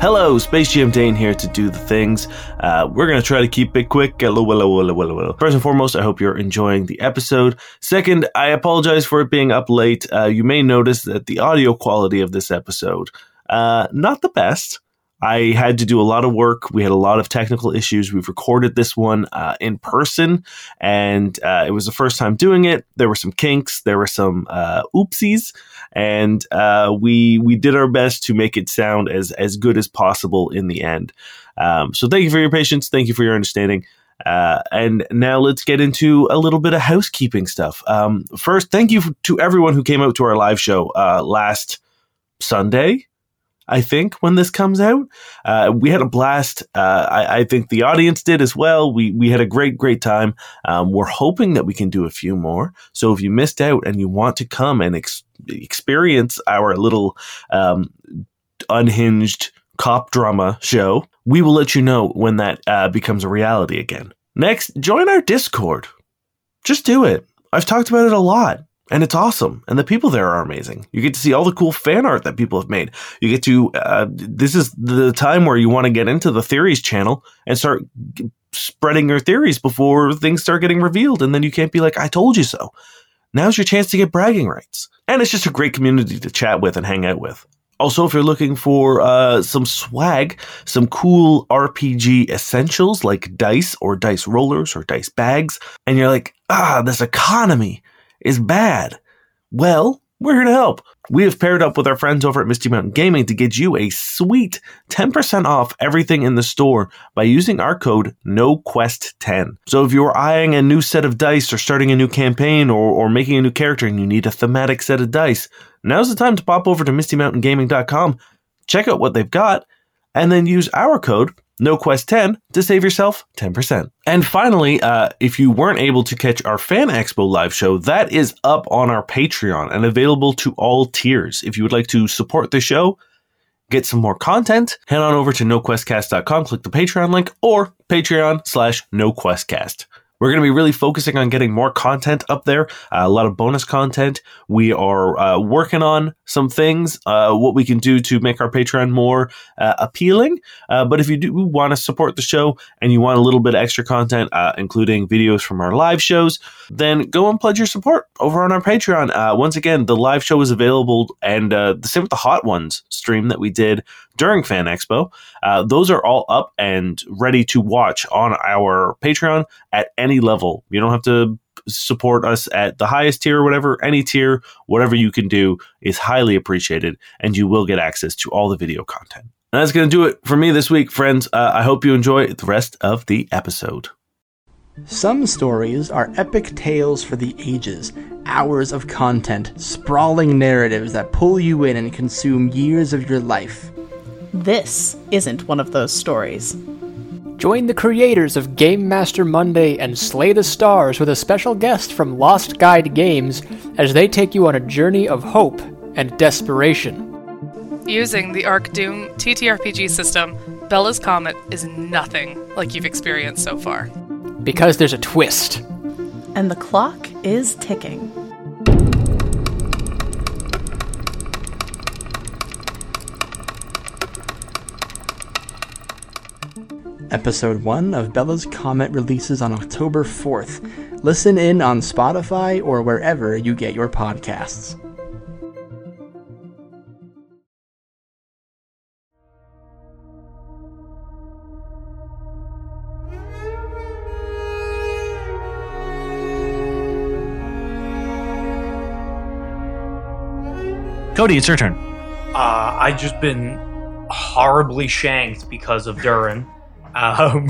Hello, Space Jam Dane here to do the things. Uh, we're going to try to keep it quick. Hello, hello, hello, hello, hello. First and foremost, I hope you're enjoying the episode. Second, I apologize for it being up late. Uh, you may notice that the audio quality of this episode, uh, not the best. I had to do a lot of work. We had a lot of technical issues. We've recorded this one uh, in person, and uh, it was the first time doing it. There were some kinks. There were some uh, oopsies and uh, we we did our best to make it sound as as good as possible in the end. Um, so thank you for your patience. Thank you for your understanding. Uh, and now let's get into a little bit of housekeeping stuff. Um, first, thank you to everyone who came out to our live show uh, last Sunday. I think when this comes out, uh, we had a blast. Uh, I, I think the audience did as well. We we had a great great time. Um, we're hoping that we can do a few more. So if you missed out and you want to come and ex- experience our little um, unhinged cop drama show, we will let you know when that uh, becomes a reality again. Next, join our Discord. Just do it. I've talked about it a lot. And it's awesome. And the people there are amazing. You get to see all the cool fan art that people have made. You get to, uh, this is the time where you want to get into the theories channel and start spreading your theories before things start getting revealed, and then you can't be like, "I told you so." Now's your chance to get bragging rights, and it's just a great community to chat with and hang out with. Also, if you're looking for uh, some swag, some cool RPG essentials like dice or dice rollers or dice bags, and you're like, ah, this economy is bad. Well, we're here to help. We have paired up with our friends over at Misty Mountain Gaming to get you a sweet 10% off everything in the store by using our code NOQUEST10. So if you're eyeing a new set of dice or starting a new campaign or, or making a new character and you need a thematic set of dice, now's the time to pop over to mistymountaingaming.com, check out what they've got, and then use our code NoQuest10 to save yourself 10%. And finally, uh, if you weren't able to catch our Fan Expo live show, that is up on our Patreon and available to all tiers. If you would like to support the show, get some more content, head on over to noquestcast.com, click the Patreon link, or Patreon slash noquestcast. We're going to be really focusing on getting more content up there, uh, a lot of bonus content. We are uh, working on some things, uh, what we can do to make our Patreon more uh, appealing. Uh, but if you do want to support the show and you want a little bit of extra content, uh, including videos from our live shows, then go and pledge your support over on our Patreon. Uh, once again, the live show is available, and uh, the same with the Hot Ones stream that we did during Fan Expo. Uh, those are all up and ready to watch on our Patreon at any level. You don't have to support us at the highest tier or whatever, any tier, whatever you can do is highly appreciated, and you will get access to all the video content. And that's going to do it for me this week, friends. Uh, I hope you enjoy the rest of the episode.
Some stories are epic tales for the ages, hours of content, sprawling narratives that pull you in and consume years of your life.
This isn't one of those stories.
Join the creators of Game Master Monday and Slay the Stars with a special guest from Lost Guide Games as they take you on a journey of hope and desperation.
Using the Arc Doom TTRPG system, Bella's Comet is nothing like you've experienced so far.
Because there's a twist.
And the clock is ticking.
Episode 1 of Bella's Comet releases on October 4th. Listen in on Spotify or wherever you get your podcasts.
Cody, it's your turn.
Uh, I just been horribly shanked because of Durin. Um,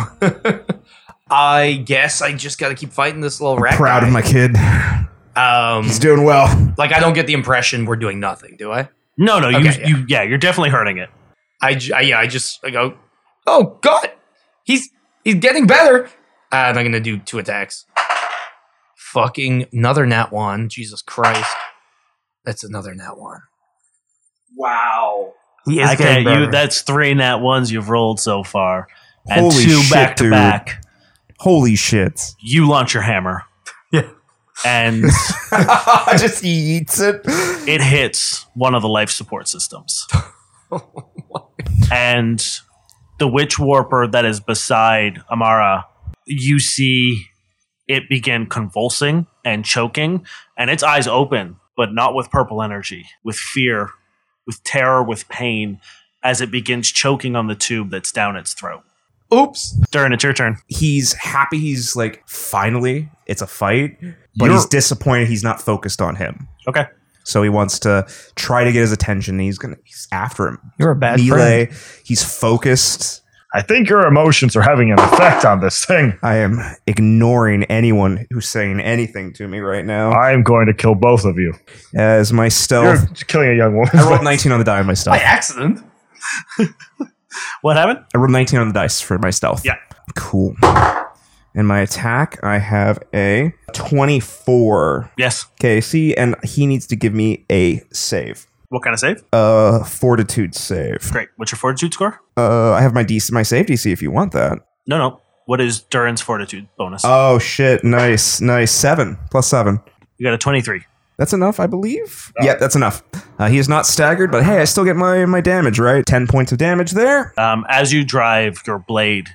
I guess I just got to keep fighting this little rat.
Proud of my kid.
guy. Um,
He's doing well.
like I don't get the impression we're doing nothing, do I?
No, no, you,
Okay, yeah.
you, yeah, you're definitely hurting it.
I, j- I- yeah, I just I go, oh god, he's he's getting better. Uh, and I'm gonna do two attacks. Fucking another nat one, Jesus Christ! That's another nat one. Wow, he is
I
getting
can't. You,
better.
that's three nat ones you've rolled so far, and
Holy
two
shit,
back to
dude.
back.
Holy shit.
You launch your hammer.
Yeah.
And
Just eats it.
it hits one of the life support systems. and the witch warper that is beside Amara, you see it begin convulsing and choking, and its eyes open, but not with purple energy, with fear, with terror, with pain, as it begins choking on the tube that's down its throat.
Oops.
Durin, it's your turn.
He's happy he's like, finally, it's a fight, but he's
You're-
disappointed he's not focused on him.
Okay.
So he wants to try to get his attention. He's gonna he's after him.
You're a bad
Melee. He's focused.
I think your emotions are having an effect on this thing.
I am ignoring anyone who's saying anything to me right now.
I am going to kill both of you.
As my
You're
stealth,
killing a young woman.
I rolled 19 on the die on my
By
Oh,
stealth.
accident.
What happened?
I rolled 19 on the dice for my stealth.
Yeah.
Cool. And my attack, I have a 24
Yes.
KC, and he needs to give me a save.
What kind of save?
Uh, fortitude save.
Great. What's your fortitude score?
Uh, I have my DC, my save DC if you want that.
No, no. What is Durin's fortitude bonus?
Oh shit! Nice, nice. Seven plus seven.
you got a 23.
That's enough, I believe. Yeah, that's enough. Uh, he is not staggered, but hey, I still get my my damage right. Ten points of damage there.
Um, as you drive your blade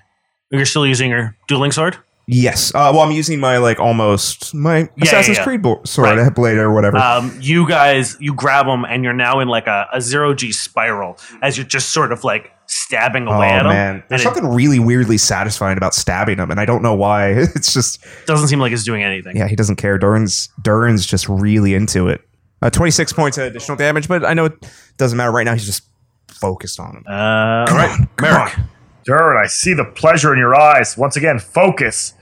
You're still using your dueling sword?
Yes. Uh, well, I'm using my like almost my
yeah,
Assassin's
yeah.
Creed bo- sword, blade, or whatever.
Um, you guys, you grab them, and you're now in like a, a zero G spiral as you're just sort of like stabbing
oh
away at 'em.
man,
And
there's
it
something really weirdly satisfying about stabbing him, and I don't know why. It's just
doesn't seem like it's doing anything.
yeah, he doesn't care. Durin's Durin's just really into it. Uh, 26 points of additional damage, but I know it doesn't matter right now. He's just focused on him.
Uh,
Come on, Merrick.
Durin, I see the pleasure in your eyes. Once again, focus,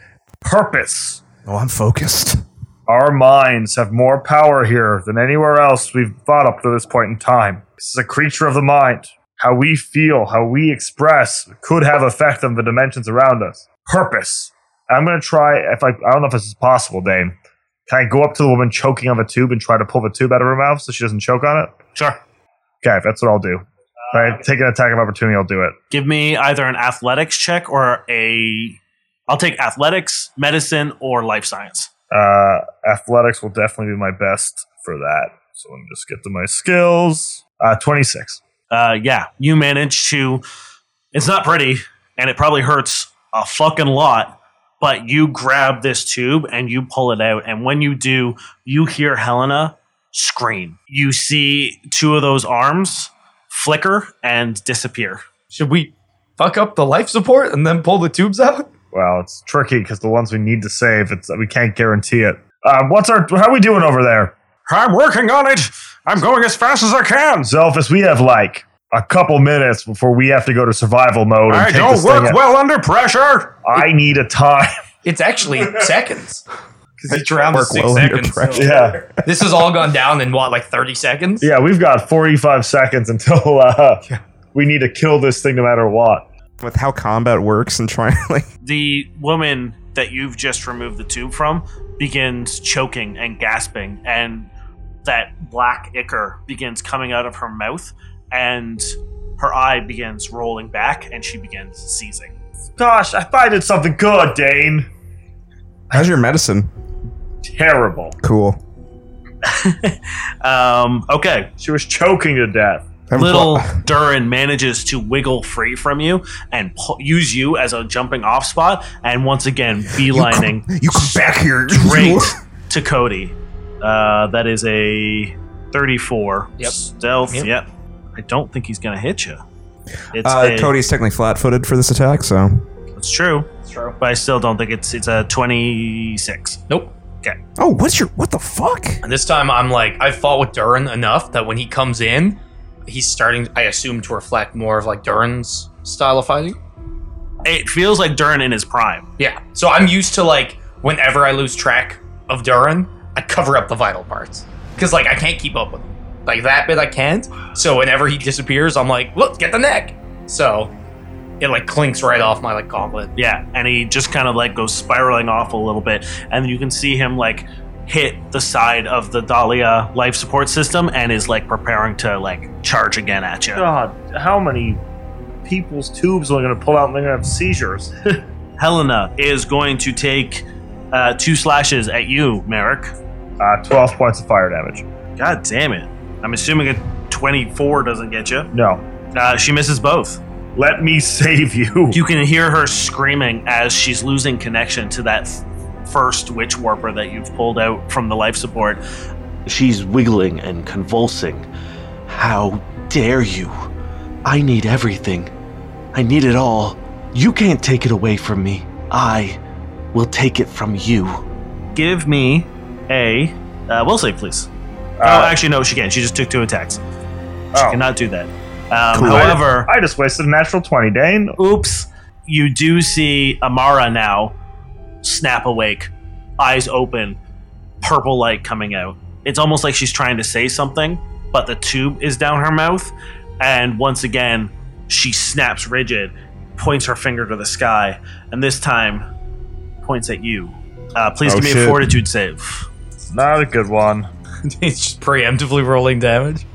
purpose.
Oh, I'm focused.
Our minds have more power here than anywhere else we've fought up to this point in time. This is a creature of the mind. How we feel, how we express could have effect on the dimensions around us. Purpose. I'm going to try, if I, I don't know if this is possible, Dame. Can I go up to the woman choking on the tube and try to pull the tube out of her mouth so she doesn't choke on it?
Sure.
Okay, that's what I'll do. If I take an attack of opportunity, I'll do it.
Give me either an athletics check or a. I'll take athletics, medicine, or life science.
Uh, athletics will definitely be my best for that. So let me just get to my skills. Uh, 26.
Uh, yeah, you manage to. It's not pretty, and it probably hurts a fucking lot. But you grab this tube and you pull it out, and when you do, you hear Helena scream. You see two of those arms flicker and disappear.
Should we fuck up the life support and then pull the tubes out?
Well, it's tricky because the ones we need to save, it's we can't guarantee it. Um, what's our? How are we doing over there?
I'm working on it. I'm going as fast as I can.
Zelphus, we have like a couple minutes before we have to go to survival mode. And
I
take
don't
this thing
work
out.
well under pressure.
I need a time.
It's actually seconds. Because each round is
Work
six
well under
seconds.
pressure. Yeah.
This has all gone down in what, like 30 seconds?
Yeah, we've got 45 seconds until uh, we need to kill this thing no matter what.
With how combat works and trying like
The woman that you've just removed the tube from begins choking and gasping, and that black ichor begins coming out of her mouth, and her eye begins rolling back, and she begins seizing.
Gosh, I find it something good, Dane.
how's your medicine?
Terrible.
Cool.
Um, okay.
She was choking to death.
Little Durin manages to wiggle free from you and pu- use you as a jumping off spot, and once again beelining.
You come back here,
straight to Cody. Uh, that is a thirty-four
Yep.
stealth.
Yep.
Yep. I don't think he's going to hit you. It's
Uh,
a-
Cody's technically flat-footed for this attack, so
It's true. It's true. But I still don't think it's it's a twenty-six.
Nope.
Okay.
Oh, what's your what the fuck?
And this time I'm like, I fought with Durin enough that when he comes in, he's starting, I assume, to reflect more of like Durin's style of fighting.
It feels like Durin in his prime.
Yeah. So I'm used to like whenever I lose track of Durin, I cover up the vital parts because like I can't keep up with him. Like that bit I can't. So whenever he disappears, I'm like, look, get the neck. So it like clinks right off my like gauntlet.
Yeah, and he just kind of like goes spiraling off a little bit, and you can see him like hit the side of the Dahlia life support system and is like preparing to like charge again at you.
God, how many people's tubes are going to pull out and they're going to have seizures?
Helena is going to take uh, two slashes at you, Merrick.
Uh, 12 points of fire damage.
God damn it. I'm assuming a 24 doesn't get you.
No.
Uh, she misses both.
Let me save you.
You can hear her screaming as she's losing connection to that first witch warper that you've pulled out from the life support.
She's wiggling and convulsing. How dare you? I need everything. I need it all. You can't take it away from me. I will take it from you.
Give me a uh, will save, please.
Uh,
oh, actually, no, she can't. She just took two attacks. She cannot do that. Um,
Cool.
However,
I just wasted a natural 20, Dane.
Oops. you do see Amara now snap awake, eyes open, purple light coming out. It's almost like she's trying to say something, but the tube is down her mouth. And once again, she snaps rigid, points her finger to the sky, and this time points at you. Uh, please
Oh,
give me a
shit.
fortitude save.
Not a good one.
He's just preemptively rolling damage.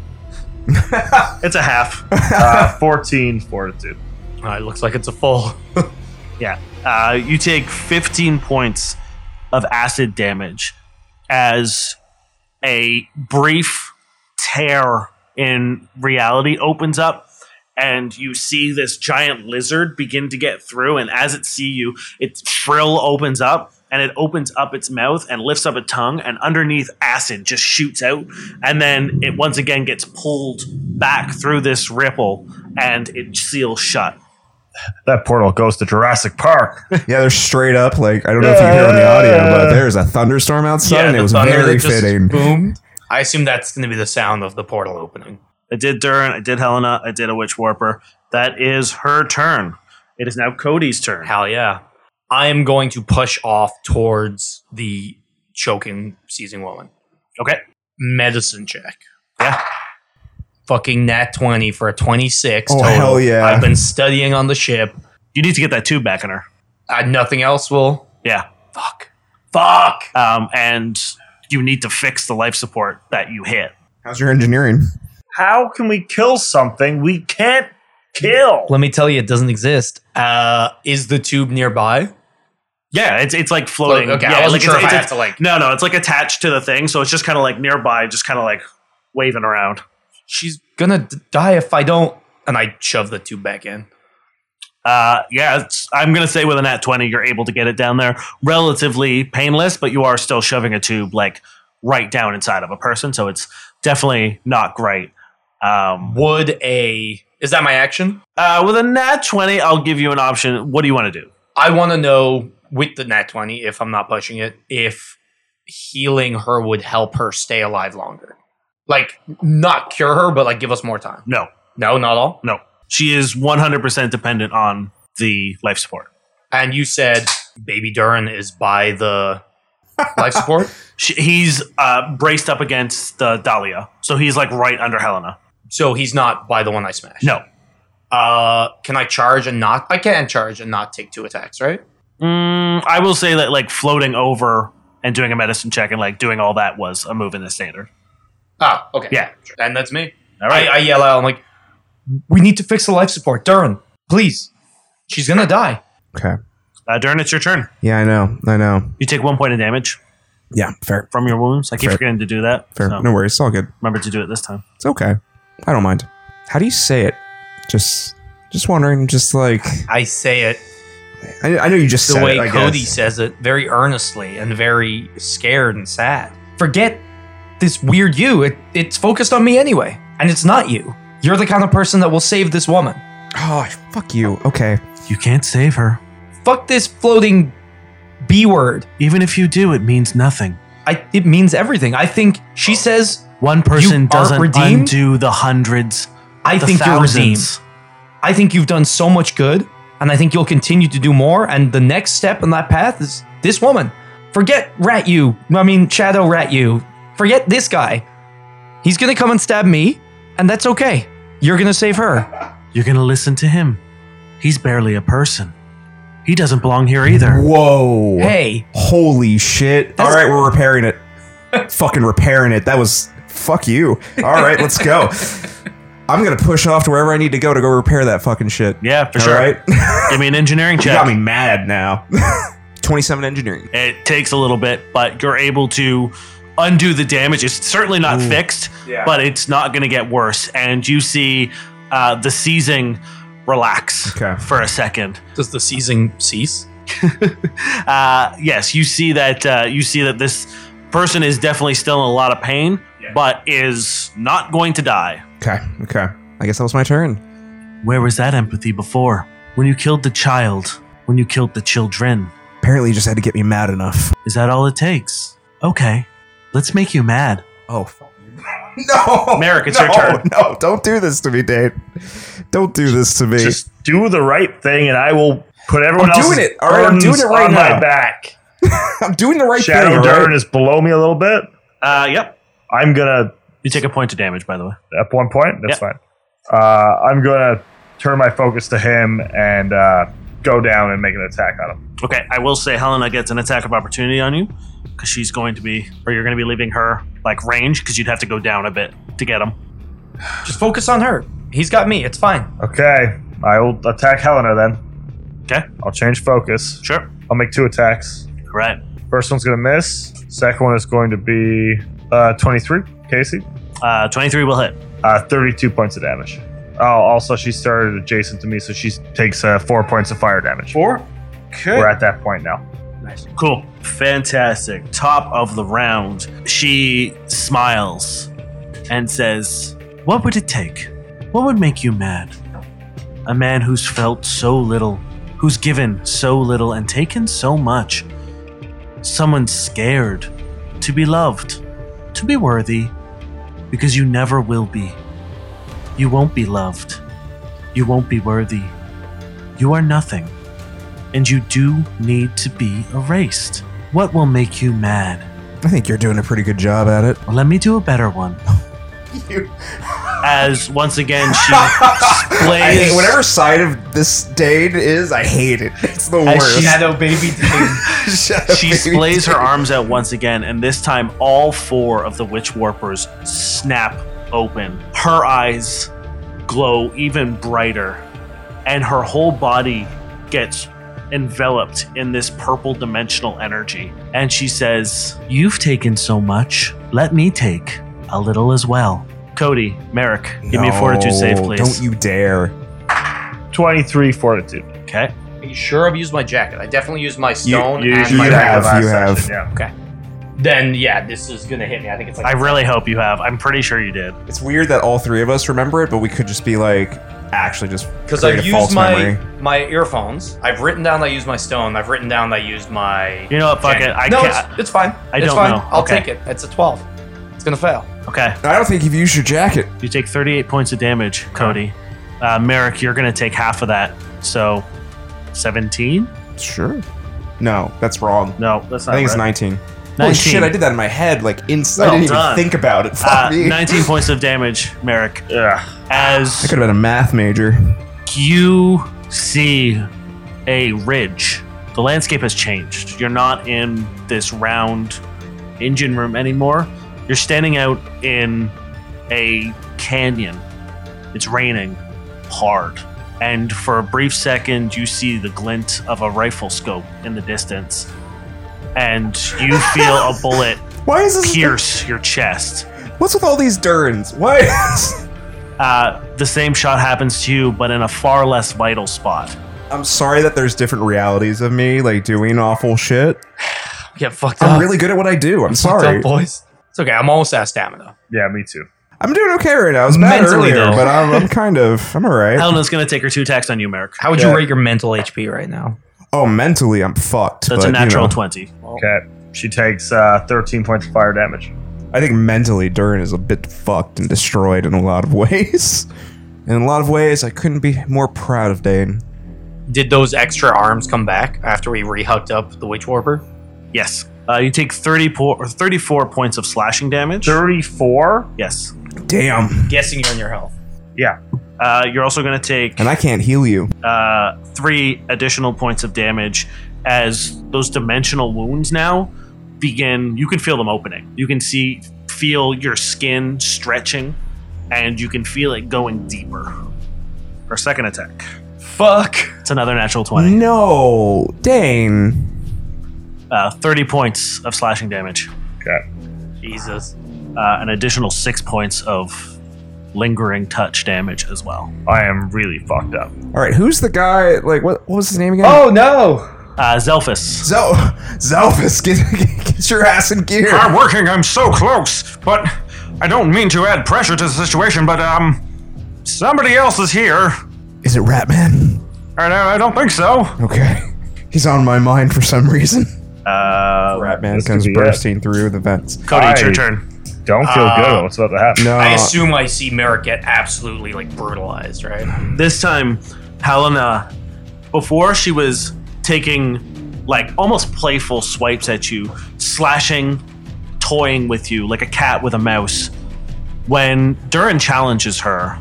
It's a half.
Uh, 14 fortitude.
Uh, it looks like it's a full.
Yeah. Uh, you take 15 points of acid damage as a brief tear in reality opens up and you see this giant lizard begin to get through. And as it see you, its frill opens up and it opens up its mouth and lifts up a tongue, and underneath acid just shoots out. And then it once again gets pulled back through this ripple and it seals shut.
That portal goes to Jurassic Park.
Yeah, they're straight up. Like I don't know if you hear on the audio, but there's a thunderstorm outside, and it
the
was
thunder
very
that just
fitting.
Boomed. I assume that's going to be the sound of the portal opening.
I did Durin, I did Helena, I did a Witch Warper. That is her turn. It is now Cody's turn.
Hell yeah. I am going to push off towards the choking, seizing woman.
Okay.
Medicine check. Yeah. Fucking nat 20 for a 26.
Oh,
total.
hell yeah.
I've been studying on the ship.
You need to get that tube back in her.
Uh, nothing else will.
Yeah. Fuck! Fuck! Um, and you need to fix the life support that you hit.
How's your engineering?
How can we kill something we can't kill?
Let me tell you, it doesn't exist. Uh, is the tube nearby?
Yeah, it's it's like floating.
Okay,
yeah,
I wasn't
like,
sure
it's-
if I
it's-
had to like.
No, no, it's like attached to the thing, so it's just kind of like nearby, just kind of like waving around.
She's gonna d- die if I don't. And I shove the tube back in.
Uh, yeah, it's, I'm gonna say with an at twenty, you're able to get it down there relatively painless, but you are still shoving a tube like right down inside of a person, so it's definitely not great. Um,
Would a is that my action?
Uh, with a nat twenty, I'll give you an option. What do you want to do?
I want to know with the nat 20, if I'm not pushing it, if healing her would help her stay alive longer. Like, not cure her, but like give us more time.
No,
No, not all.
no, she is 100 percent dependent on the life support.
And you said Baby Durin is by the life support.
She, he's uh, braced up against uh, Dahlia, so he's like right under Helena.
So he's not by the one I smashed.
No.
Uh, can I charge and not? I can charge and not take two attacks, right?
Mm, I will say that like floating over and doing a medicine check and like doing all that was a move in the standard.
Ah, okay.
Yeah.
And that's me.
All right.
I, I yell out, I'm like, we need to fix the life support. Durin, please. She's going to die.
Okay.
Uh, Durin, it's your turn.
Yeah, I know. I know.
You take one point of damage
Yeah, fair.
from your wounds. I keep
Fair.
forgetting to do that.
Fair.
so
No worries. It's all good.
Remember to do it this time.
It's okay. I don't mind. How do you say it? Just, just wondering. Just like
I say it
I, I know you just
the
said
way
it, I
Cody
guess.
says it, very earnestly and very scared and sad. Forget this weird you. It, it's focused on me anyway, and it's not you. You're the kind of person that will save this woman.
Oh, fuck you. Okay.
You can't save her.
Fuck this floating B word.
Even if you do, it means nothing.
I, it means everything. I think she says,
One person
person
doesn't
doesn't
undo the hundreds.
I think you're redeemed. I think you've done so much good, and I think you'll continue to do more. And the next step on that path is this woman. Forget Rat You. I mean, Shadow Rat You. Forget this guy. He's going to come and stab me, and that's okay. You're going to save her.
You're gonna listen to him. He's barely a person. He doesn't belong here either.
Whoa.
Hey,
Holy shit. All right, we're repairing it. Fucking repairing it. That was fuck you. All right, let's go. I'm gonna push off to wherever I need to go to go repair that fucking shit.
Yeah, for
All
sure.
right.
Give me an engineering
you
check.
got me mad now. 27 engineering.
It takes a little bit, but you're able to undo the damage. It's certainly not fixed, but it's not going to get worse. And you see uh, the seizing relax
Okay.
for a second.
Does the seizing cease?
Uh, yes, you see that uh, you see that this person is definitely still in a lot of pain, but is not going to die.
Okay. Okay. I guess that was my turn.
Where was that empathy before? When you killed the child, when you killed the children,
Apparently, you just had to get me mad enough.
is that all it takes? Okay, let's make you mad.
Oh, fuck. No,
Merrick, it's
no,
your turn.
No, don't do this to me, Dave. Don't do this to me.
Just do the right thing, and I will put everyone
I'm
else.
doing it. All right, I'm doing it right
on
now.
my back.
I'm doing the right
Shadow
thing. all
Durin
right?
is below me a little bit.
Uh, yep.
I'm gonna
You take a point of damage, by the way.
up one point. That's fine. Uh, I'm gonna turn my focus to him and uh, go down and make an attack on him.
Okay, I will say Helena gets an attack of opportunity on you because she's going to be, or you're going to be leaving her like range because you'd have to go down a bit to get him.
Just focus on her. He's got me. It's fine.
Okay, I will attack Helena then.
Okay.
I'll change focus.
Sure.
I'll make two attacks.
All right.
First one's gonna miss. Second one is going to be uh, 23. Casey,
Uh, 23 will hit.
uh, 32 points of damage. Oh, also she started adjacent to me, so she takes uh, four points of fire damage. Four.
Okay.
We're at that point now.
Nice. Cool. Fantastic. Top of the round. She smiles and says, What would it take? What would make you mad? A man who's felt so little, who's given so little and taken so much. Someone scared to be loved, to be worthy, because you never will be. You won't be loved. You won't be worthy. You are nothing and you do need to be erased. What will make you mad?
I think you're doing a pretty good job at it.
Let me do a better one. As once again she splays.
I hate- whatever side of this Dade is, I hate it. It's the
As
worst.
she-
baby
she splays her arms out once again, and this time all four of the witch warpers snap open. Her eyes glow even brighter, and her whole body gets enveloped in this purple dimensional energy. And she says, You've taken so much. Let me take a little as well. Cody, Merrick, give me a fortitude save, please.
Don't you dare.
23 fortitude.
Okay.
Are you sure I've used my jacket? I definitely used my
You-
stone.
you-
and
you
my
have,
jacket.
you have.
Yeah.
Okay. Then yeah, this is gonna hit me. I think it's like
I really hope you have. I'm pretty sure you did.
It's weird that all three of us remember it, but we could just be like, actually, just
because
create
I've
a false
used my
memory.
my earphones. I've written down that I used my stone. I've written down that I used my.
You know what, fuck it, I
no,
can't-
It's, it's fine.
I
it's
don't
fine.
know.
I'll
Okay.
take it. It's a twelve. It's gonna fail.
Okay.
I don't think you've used your jacket.
You take 38 points of damage, Cody. Uh, Merrick, you're going to take half of that. So 17?
Sure. No, that's wrong.
No, that's not
I think it's
right.
19. Holy
19.
shit, I did that in my head, like, inside.
Well
I didn't
done.
even think about it. Fuck
Uh,
me.
19 points of damage, Merrick.
I
As
could have been a math major.
you see a ridge, the landscape has changed. You're not in this round engine room anymore. You're standing out in a canyon. It's raining hard. And for a brief second, you see the glint of a rifle scope in the distance. And you feel a bullet
Why is this
pierce your chest.
What's with all these Durns? Why?
Uh, the same shot happens to you, but in a far less vital spot.
I'm sorry that there's different realities of me, like, doing awful shit.
Get fucked
I'm
Uh,
up.
really good at what I do. I'm
Fucked
sorry.
up, boys. It's okay. I'm almost out of stamina.
Yeah, me too.
I'm doing okay right now. I was bad
Mentally,
earlier,
though.
but I'm, I'm kind of, I'm all right.
Helena's going to take her two attacks on you, Merrick.
How would
Yeah.
you rate your mental HP right now?
Oh, mentally, I'm fucked.
That's
but,
a
you
natural
know.
20.
Okay. She takes uh, 13 points of fire damage.
I think mentally, Durin is a bit fucked and destroyed in a lot of ways. In a lot of ways, I couldn't be more proud of Dane.
Did those extra arms come back after we rehooked up the witch warper?
Yes. Uh, you take 30 po- or 34 points of slashing damage.
34?
Yes.
Damn.
Guessing you're in your health.
Yeah.
Uh, you're also going to take
And I can't heal you.
uh, three additional points of damage as those dimensional wounds now begin. You can feel them opening. You can see, feel your skin stretching, and you can feel it going deeper. Her second attack.
Fuck.
It's another natural 20.
No, Dane.
Uh, 30 points of slashing damage.
Okay.
Jesus.
Uh, an additional six points of lingering touch damage as well.
I am really fucked up.
All right, who's the guy? Like, what, what was his name again?
Oh!
Oh, no!
Uh, Zelphus.
Zel- Zelphus, get, get your ass in gear.
Hard working, I'm so close, but I don't mean to add pressure to the situation, but, um, somebody else is here.
Is it Ratman?
I, don't- I don't think so.
Okay. He's on my mind for some reason.
Uh,
Ratman
this
comes
could be
bursting through the vents.
Cody, it's your
I
turn.
Don't feel
Uh,
good about what's about to happen.
No.
I assume I see Merrick get absolutely like brutalized, right?
This time, Helena, before she was taking like almost playful swipes at you, slashing, toying with you like a cat with a mouse. When Durin challenges her,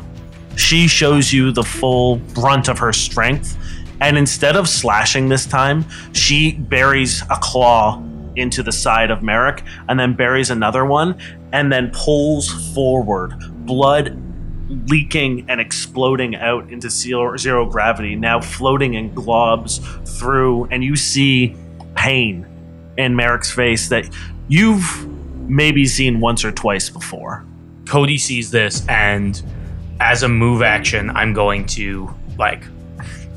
she shows you the full brunt of her strength. And instead of slashing this time, she buries a claw into the side of Merrick and then buries another one and then pulls forward, blood leaking and exploding out into zero, zero gravity, now floating in globs through. And you see pain in Merrick's face that you've maybe seen once or twice before.
Cody sees this and as a move action, I'm going to like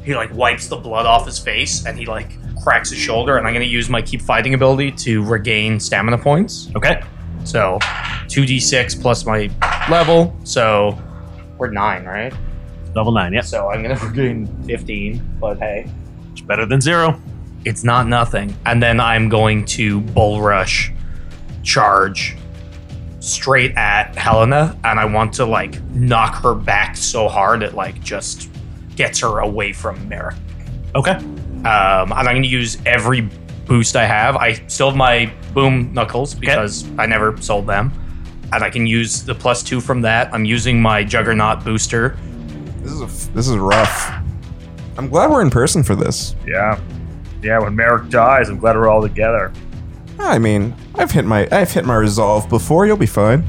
he like wipes the blood off his face and he like cracks his shoulder, and I'm going to use my keep fighting ability to regain stamina points.
Okay.
So, two d six plus my level, so we're nine, right?
Level nine, yeah.
So I'm going to regain fifteen, but hey,
it's better than zero.
It's not nothing. And then I'm going to bull rush, charge straight at Helena, and I want to like knock her back so hard it like just gets her away from Merrick.
Okay.
Um, and I'm going to use every boost I have. I still have my boom knuckles because I never sold them, and I can use the plus two from that. I'm using my Juggernaut booster.
This is a f- this is rough. I'm glad we're in person for this.
Yeah. Yeah, when Merrick dies, I'm glad we're all together.
I mean, I've hit my I've hit my resolve before. You'll be fine.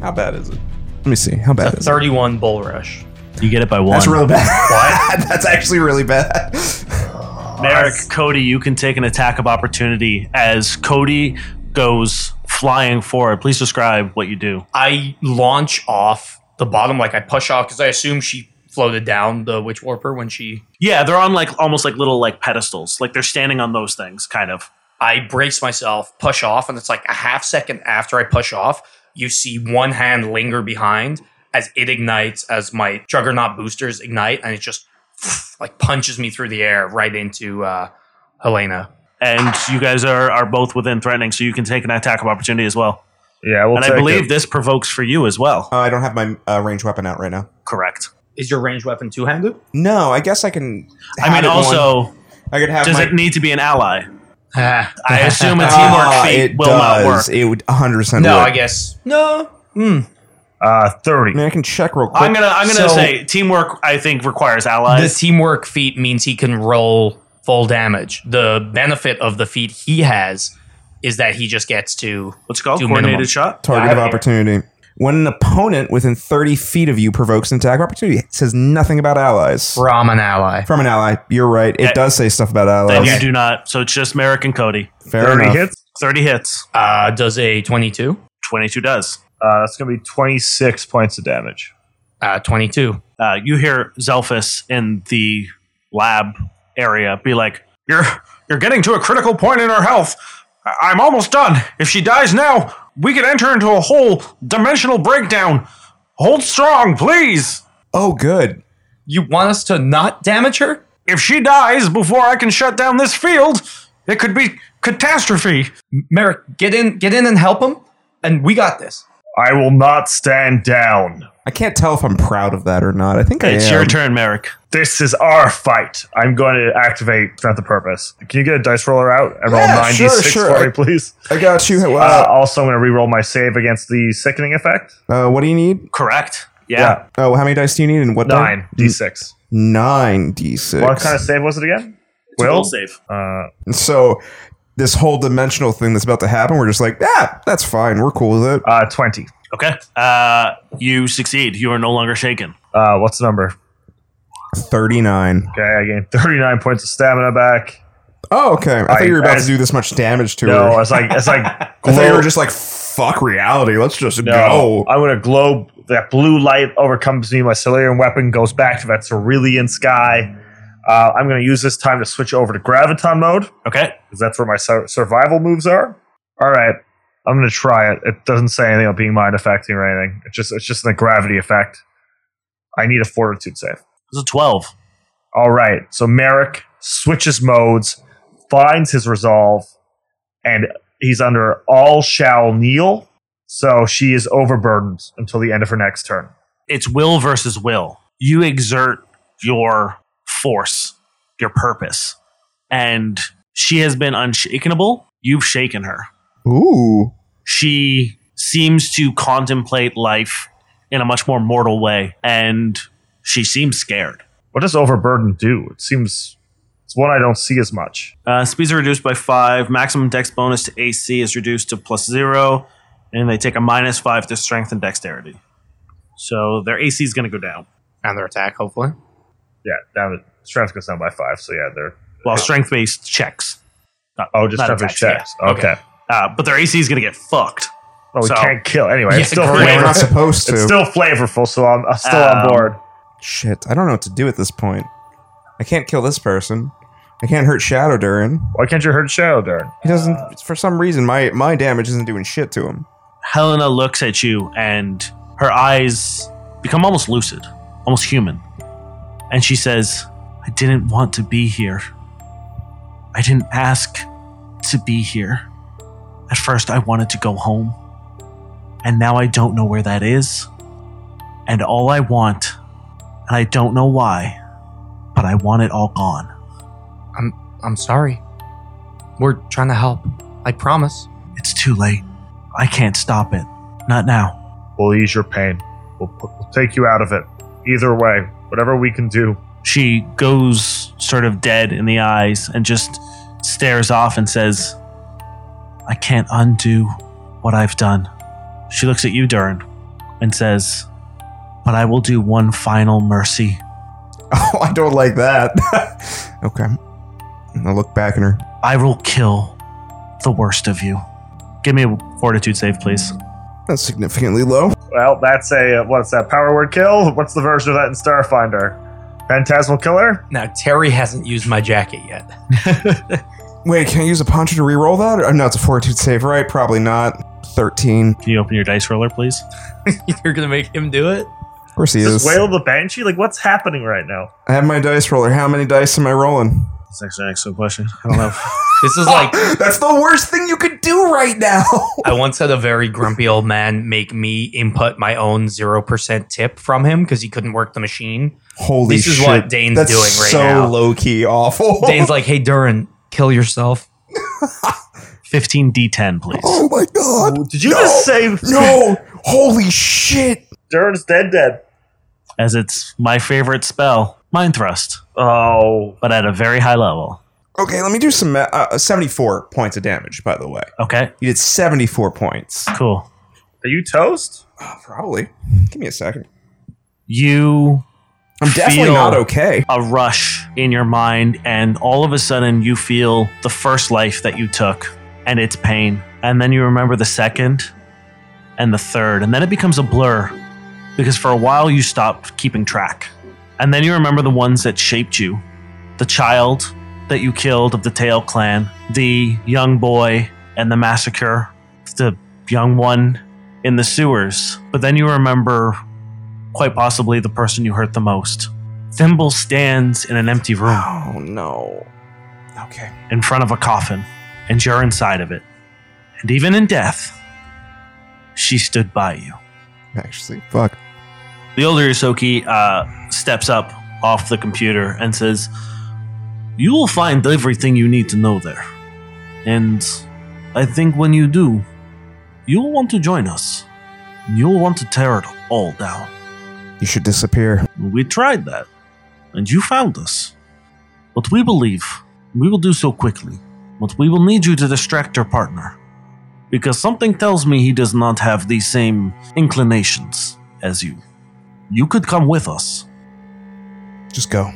How bad is it? Let me see. How bad
It's a
is it?
31 bull rush.
You get it by one.
That's really bad.
What?
That's actually really bad.
Merrick, Cody, you can take an attack of opportunity as Cody goes flying forward. Please describe what you do.
I launch off the bottom, like I push off because I assume she floated down the witch warper when she.
Yeah, they're on like almost like little like pedestals. Like they're standing on those things, kind of.
I brace myself, push off, and it's like a half second after I push off, you see one hand linger behind as it ignites, as my juggernaut boosters ignite, and it just like punches me through the air right into uh, Helena.
And you guys are, are both within threatening, so you can take an attack of opportunity as well.
Yeah,
and I believe this provokes for you as well.
Uh, I don't have my uh, range weapon out right now.
Correct.
Is your ranged weapon two handed?
No, I guess I can.
I mean,
have it
also,
one- I could have
does
my-
it need to be an ally?
I
I assume a teamwork
Ah,
feat
it
will not work.
does. It would 100 percent.
No,
work.
I
guess no.
Uh, thirty.
I mean, I can check real quick.
I'm gonna I'm gonna
So-
say teamwork. I think requires allies.
The teamwork feat means he can roll full damage. The benefit of the feat he has is that he just gets to
what's called
Coordinated
shot.
Target of opportunity. When an opponent within 30 feet of you provokes an attack of opportunity, it says nothing about allies.
From an ally.
From an ally. You're right. It
Okay.
does say stuff about
Then
allies.
you do not. So it's just Merrick and Cody.
Fair 30 enough.
hits?
30 hits.
Uh, does a 22?
22 does.
Uh, that's going to be 26 points of damage.
Uh, 22.
Uh, you hear Zelphus in the lab area be like,
You're you're getting to a critical point in her health. I- I'm almost done. If she dies now, we could enter into a whole dimensional breakdown. Hold strong, please.
Oh, good.
You want us to not damage her?
If she dies before I can shut down this field, it could be catastrophe.
Merrick, get in, get in and help him, and we got this.
I will not stand down.
I can't tell if I'm proud of that or not. I think I
It's
am.
your
turn, Merrick.
This is our fight. I'm going to activate Strength of Purpose. Can you get a dice roller out and roll
Yeah,
96
sure, sure.
for me, please?
I got you.
Uh, also, I'm going to reroll my save against the sickening effect.
Uh, what do you need?
correct. Yeah.
Oh, how many dice do you need and what? die?
Nine. D6.
Nine d6.
What kind of save was it again?
a
Will?
will save.
Uh,
And so this whole dimensional thing that's about to happen, we're just like, ah, that's fine. We're cool with it.
Uh, 20.
Okay. Uh, you succeed. You are no longer shaken.
uh, what's the number?
39.
Okay, I gained 39 points of stamina back.
Oh, okay. I, thought you were about
as-
to do this much damage to her.
No, it's like it's like
I thought you were just like, fuck reality. Let's just
no.
go.
I'm gonna glow. That blue light overcomes me. My Silurian weapon goes back to that cerulean sky. Uh, I'm gonna use this time to switch over to graviton mode
Okay.
because that's where my sur- survival moves are. All right, I'm gonna try it. It doesn't say anything about being mind affecting or anything. It's just it's just the gravity effect. I need a fortitude save.
It's a 12.
All right. So Merrick switches modes, finds his resolve, and he's under all shall kneel. So she is overburdened until the end of her next turn.
It's will versus will. You exert your force, your purpose, and she has been unshakenable. You've shaken her.
Ooh.
she seems to contemplate life in a much more mortal way and she seems scared
What does overburden do? It seems it's one I don't see as much.
uh, speeds are reduced by five maximum dex bonus to ac is reduced to plus zero and they take a minus five to strength and dexterity so their ac is going to go down
and their attack hopefully
Yeah, now the strength goes down by five. So yeah, they're
well strength based checks Not-
oh just
not
strength
attacks,
checks.
yeah.
Okay.
Uh, but their ac is going to get fucked
Well, we
So-
can't kill anyway. it's
Yeah,
still
great.
flavorful.
We're not
supposed to.
It's still flavorful, so I'm, I'm still on
Um,
board.
Shit, I don't know what to do at this point. I can't kill this person. I can't hurt Shadow Durin.
Why can't you hurt Shadow Durin?
He doesn't. For some reason, my my damage isn't doing shit to him.
Helena looks at you and her eyes become almost lucid, almost human. And she says, I didn't want to be here. I didn't ask to be here. At first, I wanted to go home. And now I don't know where that is. And all I want, and I don't know why, but I want it all gone.
I'm I'm sorry. We're trying to help. I promise.
It's too late. I can't stop it. Not now.
We'll ease your pain. We'll, pu- we'll take you out of it. Either way, whatever we can do.
She goes sort of dead in the eyes and just stares off and says, I can't undo what I've done. She looks at you, Durin, and says, But I will do one final mercy.
Oh, I don't like that. okay. I look back at her.
I will kill the worst of you. Give me a fortitude save, please.
That's significantly low.
Well, that's a uh, what's that power word kill? What's the version of that in Starfinder? Phantasmal killer?
Now Terry hasn't used my jacket yet.
Wait, can I use a poncho to reroll that? Or, no, it's a fortitude save, right? Probably not. Thirteen.
Can you open your dice roller, please?
You're gonna make him do it?
Of course he
Is
is.
this Whale of the Banshee? Like, what's happening right now?
I have my dice roller. How many dice am I rolling?
That's actually an excellent question. I don't know.
This is like
That's the worst thing you could do right now.
I once had a very grumpy old man make me input my own zero percent tip from him because he couldn't work the machine.
Holy
This
shit.
is what Dane's
That's
doing right
so
now.
low key awful.
Dane's like, "Hey, Durin, kill yourself."
15d10, please.
Oh my god.
Did you just say
No! Holy shit!
Durin's dead dead.
As it's my favorite spell, Mind Thrust.
Oh.
But at a very high level.
Okay, let me do some ma- uh, 74 points of damage, by the way.
Okay.
You did 74 points.
Cool.
Are you toast?
probably. Give me a second.
you
I'm definitely
feel
not okay.
A rush in your mind, and all of a sudden you feel the first life that you took and its pain. And then you remember the second and the third. And then it becomes a blur because for a while you stopped keeping track. And then you remember the ones that shaped you the child that you killed of the Tail Clan, the young boy and the massacre, the young one in the sewers. But then you remember quite possibly the person you hurt the most. Thimble stands in an empty room.
Oh no. Okay.
In front of a coffin, and you're inside of it. And even in death, she stood by you.
Actually, fuck.
The older Yosoki uh, steps up off the computer and says, You will find everything you need to know there. And I think when you do, you'll want to join us. You'll want to tear it all down.
You should disappear.
We tried that, and you found us. But we believe we will do so quickly. But we will need you to distract your partner, because something tells me he does not have the same inclinations as you. You could come with us.
Just go.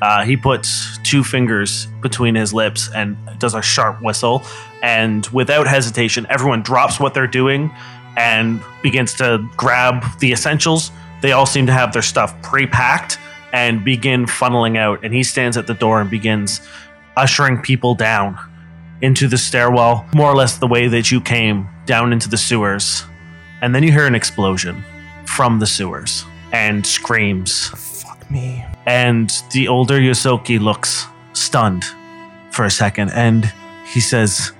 Uh, he puts two fingers between his lips and does a sharp whistle. And without hesitation, everyone drops what they're doing and begins to grab the essentials. They all seem to have their stuff pre packed and begin funneling out. And he stands at the door and begins ushering people down into the stairwell, more or less the way that you came down into the sewers. And then you hear an explosion from the sewers and screams
Me.
and the older Yosoki looks stunned for a second and he says,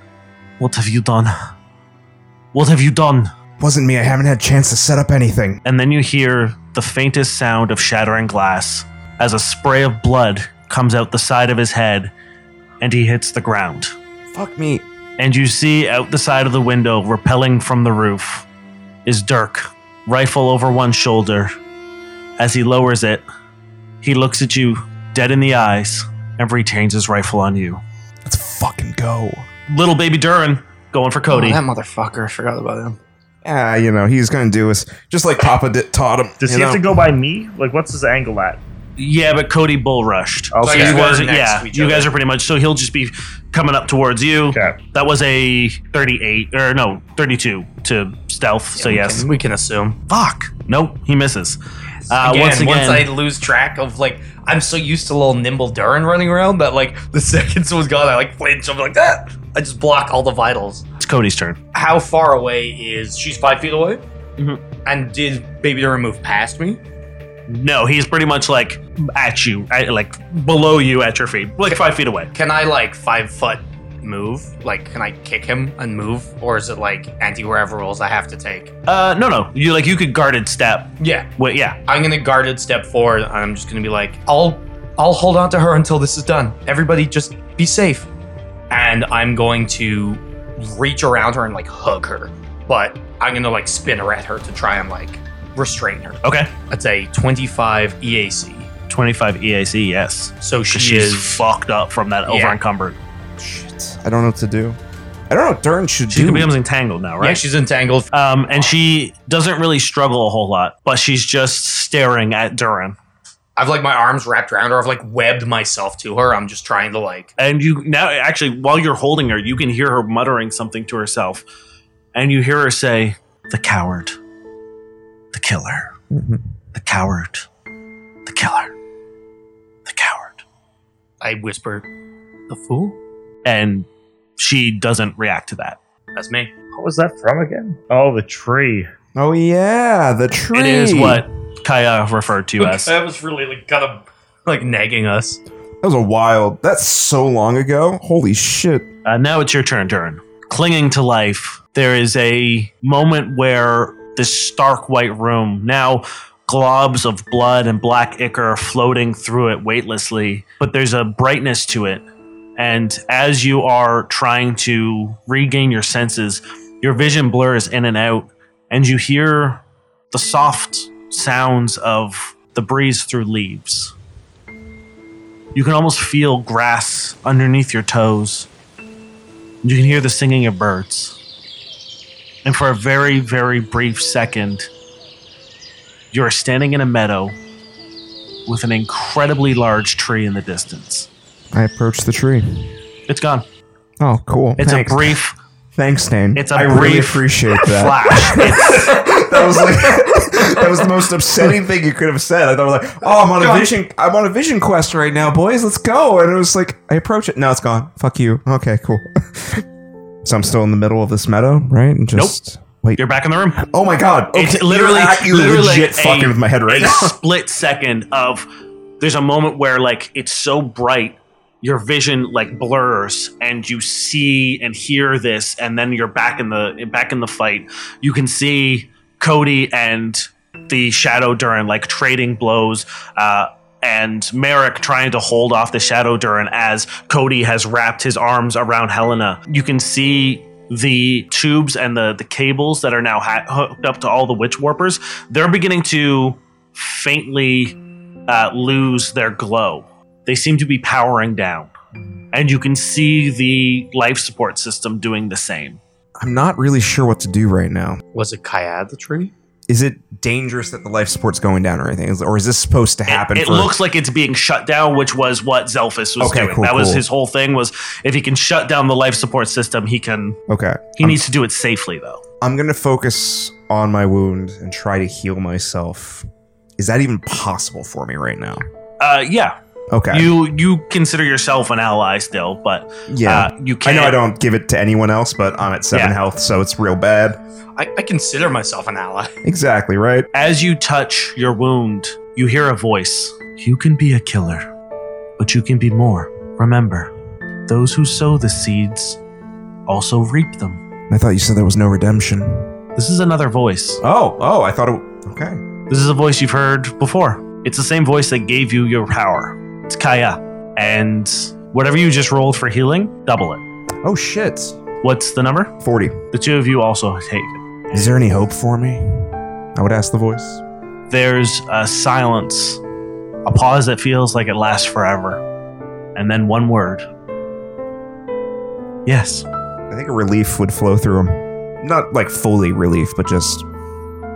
What have you done? What have you done?
Wasn't me. I haven't had a chance to set up anything.
And then you hear the faintest sound of shattering glass as a spray of blood comes out the side of his head and he hits the ground.
Fuck me.
And you see out the side of the window, rappelling from the roof, is Dirk, rifle over one shoulder. As he lowers it, he looks at you dead in the eyes and retains his rifle on you.
Let's fucking go.
Little baby Durin going for Cody.
Oh, that motherfucker. I forgot about him.
Ah, you know, he's gonna do us just like Papa did, taught him.
Does
you
he have
know?
to go by me? Like, what's his angle at?
Yeah, but Cody bull rushed.
Okay.
So
So
you
you
guys,
were next
yeah,
to each
you guys
other.
are pretty much. So he'll just be coming up towards you. Okay. That was a thirty-eight or no thirty-two to stealth. so
we
yes,
can- we can assume.
Fuck. Nope. He misses. Uh,
again,
once
once
again,
I lose track of like, I'm so used to little nimble Durin running around that like the second someone's gone, I like flinch. I'm like that. I just block all the vitals.
it's Cody's turn.
How far away is she's five feet away? And did Baby Durin move past me?
No, he's pretty much like at you, at, like below you, at your feet, like five feet away.
Can I like five foot move? Like, can I kick him and move, or is it like anti wherever rules I have to take?
Uh, no, no. You like you could guarded step.
Yeah.
Wait, yeah.
I'm gonna guarded step forward. and I'm just gonna be like, I'll, I'll hold on to her until this is done. Everybody, just be safe. And I'm going to reach around her and like hug her, but I'm gonna like spin her at her to try and like restrain her.
Okay.
That's a 25 EAC.
25 EAC, E yes.
So she
she's
is-
fucked up from that
Yeah.
overencumbered.
I don't know what to do. I don't know what Dern should
She
do.
becomes entangled now, right?
Yeah, she's entangled.
Um, and she doesn't really struggle a whole lot, but she's just staring at Durin.
I've like my arms wrapped around her. I've like webbed myself to her. I'm just trying to like.
And you now, actually, while you're holding her, you can hear her muttering something to herself. And you hear her say, The coward, the killer, the coward, the killer.
I whisper, "The fool."
And she doesn't react to that.
That's me.
What was that from again? Oh, the tree.
Oh yeah, the tree.
It is what Kaya referred to as.
That was really like kind of like nagging us.
That was a wild. That's so long ago. Holy shit.
Uh, now it's your turn, Durin. Clinging to life, there is a moment where this stark white room, now globs of blood and black ichor are floating through it weightlessly, but there's a brightness to it. And as you are trying to regain your senses, your vision blurs in and out, and you hear the soft sounds of the breeze through leaves. You can almost feel grass underneath your toes. And you can hear the singing of birds. And for a very, very brief second, you are standing in a meadow with an incredibly large tree in the distance.
I approached the tree.
It's gone.
Oh, cool.
It's
Thanks.
a brief.
Thanks, Dane.
It's a
I really
brief
appreciate that.
flash.
that was like that was the most upsetting thing you could have said. I thought I was like, oh, I'm on a vision. I'm on a vision quest right now, boys. Let's go. And it was like, I approach it. No, it's gone. Fuck you. Okay, cool. so I'm still in the middle of this meadow, right? And just wait.
You're back in the room.
Oh my god. Okay,
It's literally,
you're, act- you're
literally
legit
a-
fucking with my head right
a
now.
split second of there's a moment where like it's so bright, your vision like blurs, and you see and hear this, and then you're back in the back in the fight. You can see Cody and the Shadow Durin like trading blows. Uh, and Merrick trying to hold off the Shadow Durin as Cody has wrapped his arms around Helena. You can see the tubes and the, the cables that are now ha- hooked up to all the witch warpers. They're beginning to faintly uh, lose their glow. They seem to be powering down. And you can see the life support system doing the same.
I'm not really sure what to do right now.
Was it Kaya the tree?
Is it dangerous that the life support's going down or anything? Is- Or is this supposed to happen?
It
for-
looks like it's being shut down, which was what Zelphus was
Okay,
doing.
cool,
that was
cool.
his whole thing was if he can shut down the life support system, he can
okay.
he needs to do it safely though.
I'm gonna focus on my wound and try to heal myself. Is that even possible for me right now?
Uh, yeah.
Okay.
You you consider yourself an ally still, but
yeah,
uh, you can't
I know I don't give it to anyone else, but I'm at seven
Yeah.
health, so it's real bad.
I, I consider myself an ally.
Exactly right.
As you touch your wound, you hear a voice. You can be a killer, but you can be more. Remember, those who sow the seeds also reap them.
I thought you said there was no redemption.
This is another voice.
Oh, oh, I thought it. Okay.
This is a voice you've heard before. It's the same voice that gave you your power. It's Kaya. And whatever you just rolled for healing, double it.
Oh, shit.
What's the number?
40.
The two of you also take it.
Is there any hope for me? I would ask the voice.
there's a silence, a pause that feels like it lasts forever, and then one word. Yes.
I think a relief would flow through him. Not like fully relief, but just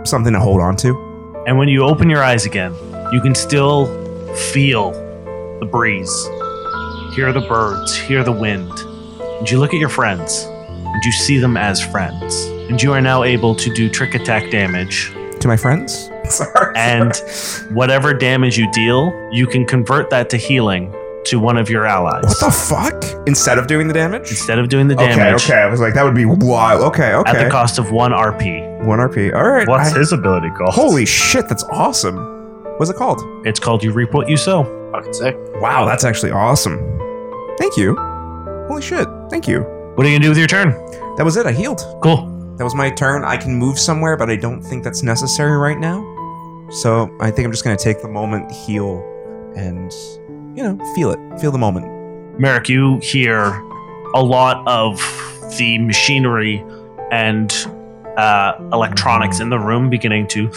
something to hold on to.
And when you open your eyes again, you can still feel the breeze, hear the birds, hear the wind. And you look at your friends, and you see them as friends. And you are now able to do trick attack damage
To my friends? Sorry.
and whatever damage you deal, you can convert that to healing to one of your allies. What
the fuck? Instead of doing the damage?
Instead of doing the
Okay,
damage.
okay. I was like, that would be wild. Okay, okay.
At the cost of one RP.
One RP. All right.
What's
I-
his ability called?
Holy shit, that's awesome. What's it called?
It's called You Reap What You Sow.
Fucking sick.
Wow, that's actually awesome. Thank you. Holy shit, thank you.
What are you gonna do with your turn?
That was it, I healed.
Cool.
That was my turn. I can move somewhere, but I don't think that's necessary right now. So I think I'm just gonna take the moment, heal, and you know, feel it. Feel the moment.
Merrick, you hear a lot of the machinery and uh, electronics in the room beginning to.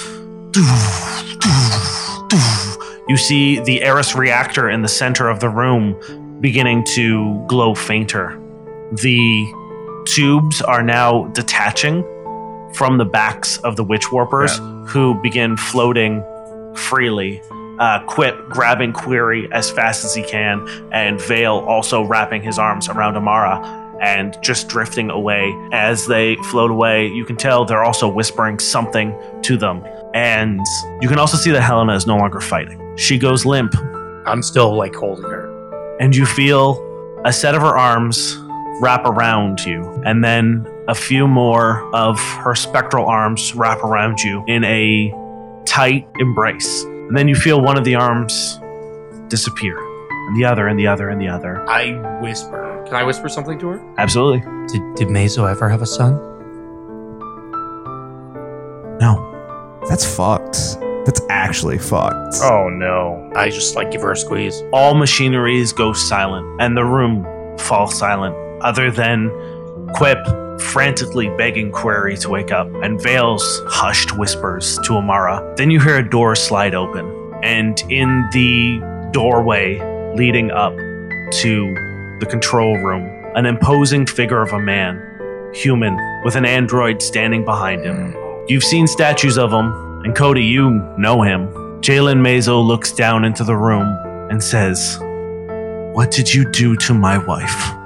You see the Eris reactor in the center of the room beginning to glow fainter. The tubes are now detaching from the backs of the witch warpers who begin floating freely. Uh, Quip grabbing Query as fast as he can, and Vale also wrapping his arms around Amara and just drifting away. As they float away, you can tell they're also whispering something to them. And you can also see that Helena is no longer fighting. She goes limp.
I'm still like holding her.
And you feel a set of her arms wrap around you, and then a few more of her spectral arms wrap around you in a tight embrace. And then you feel one of the arms disappear, and the other, and the other, and the other.
I whisper. Can I whisper something to her?
Absolutely.
Did, did Mazo ever have a son?
That's fucked. That's actually fucked.
Oh no.
I just like give her a squeeze.
All machineries go silent, and the room falls silent, other than Quip frantically begging Query to wake up, and Vale's hushed whispers to Amara. Then you hear a door slide open, and in the doorway leading up to the control room, an imposing figure of a man, human, with an android standing behind him. You've seen statues of him, and Cody, you know him. Jalen Mazo looks down into the room and says, What did you do to my wife?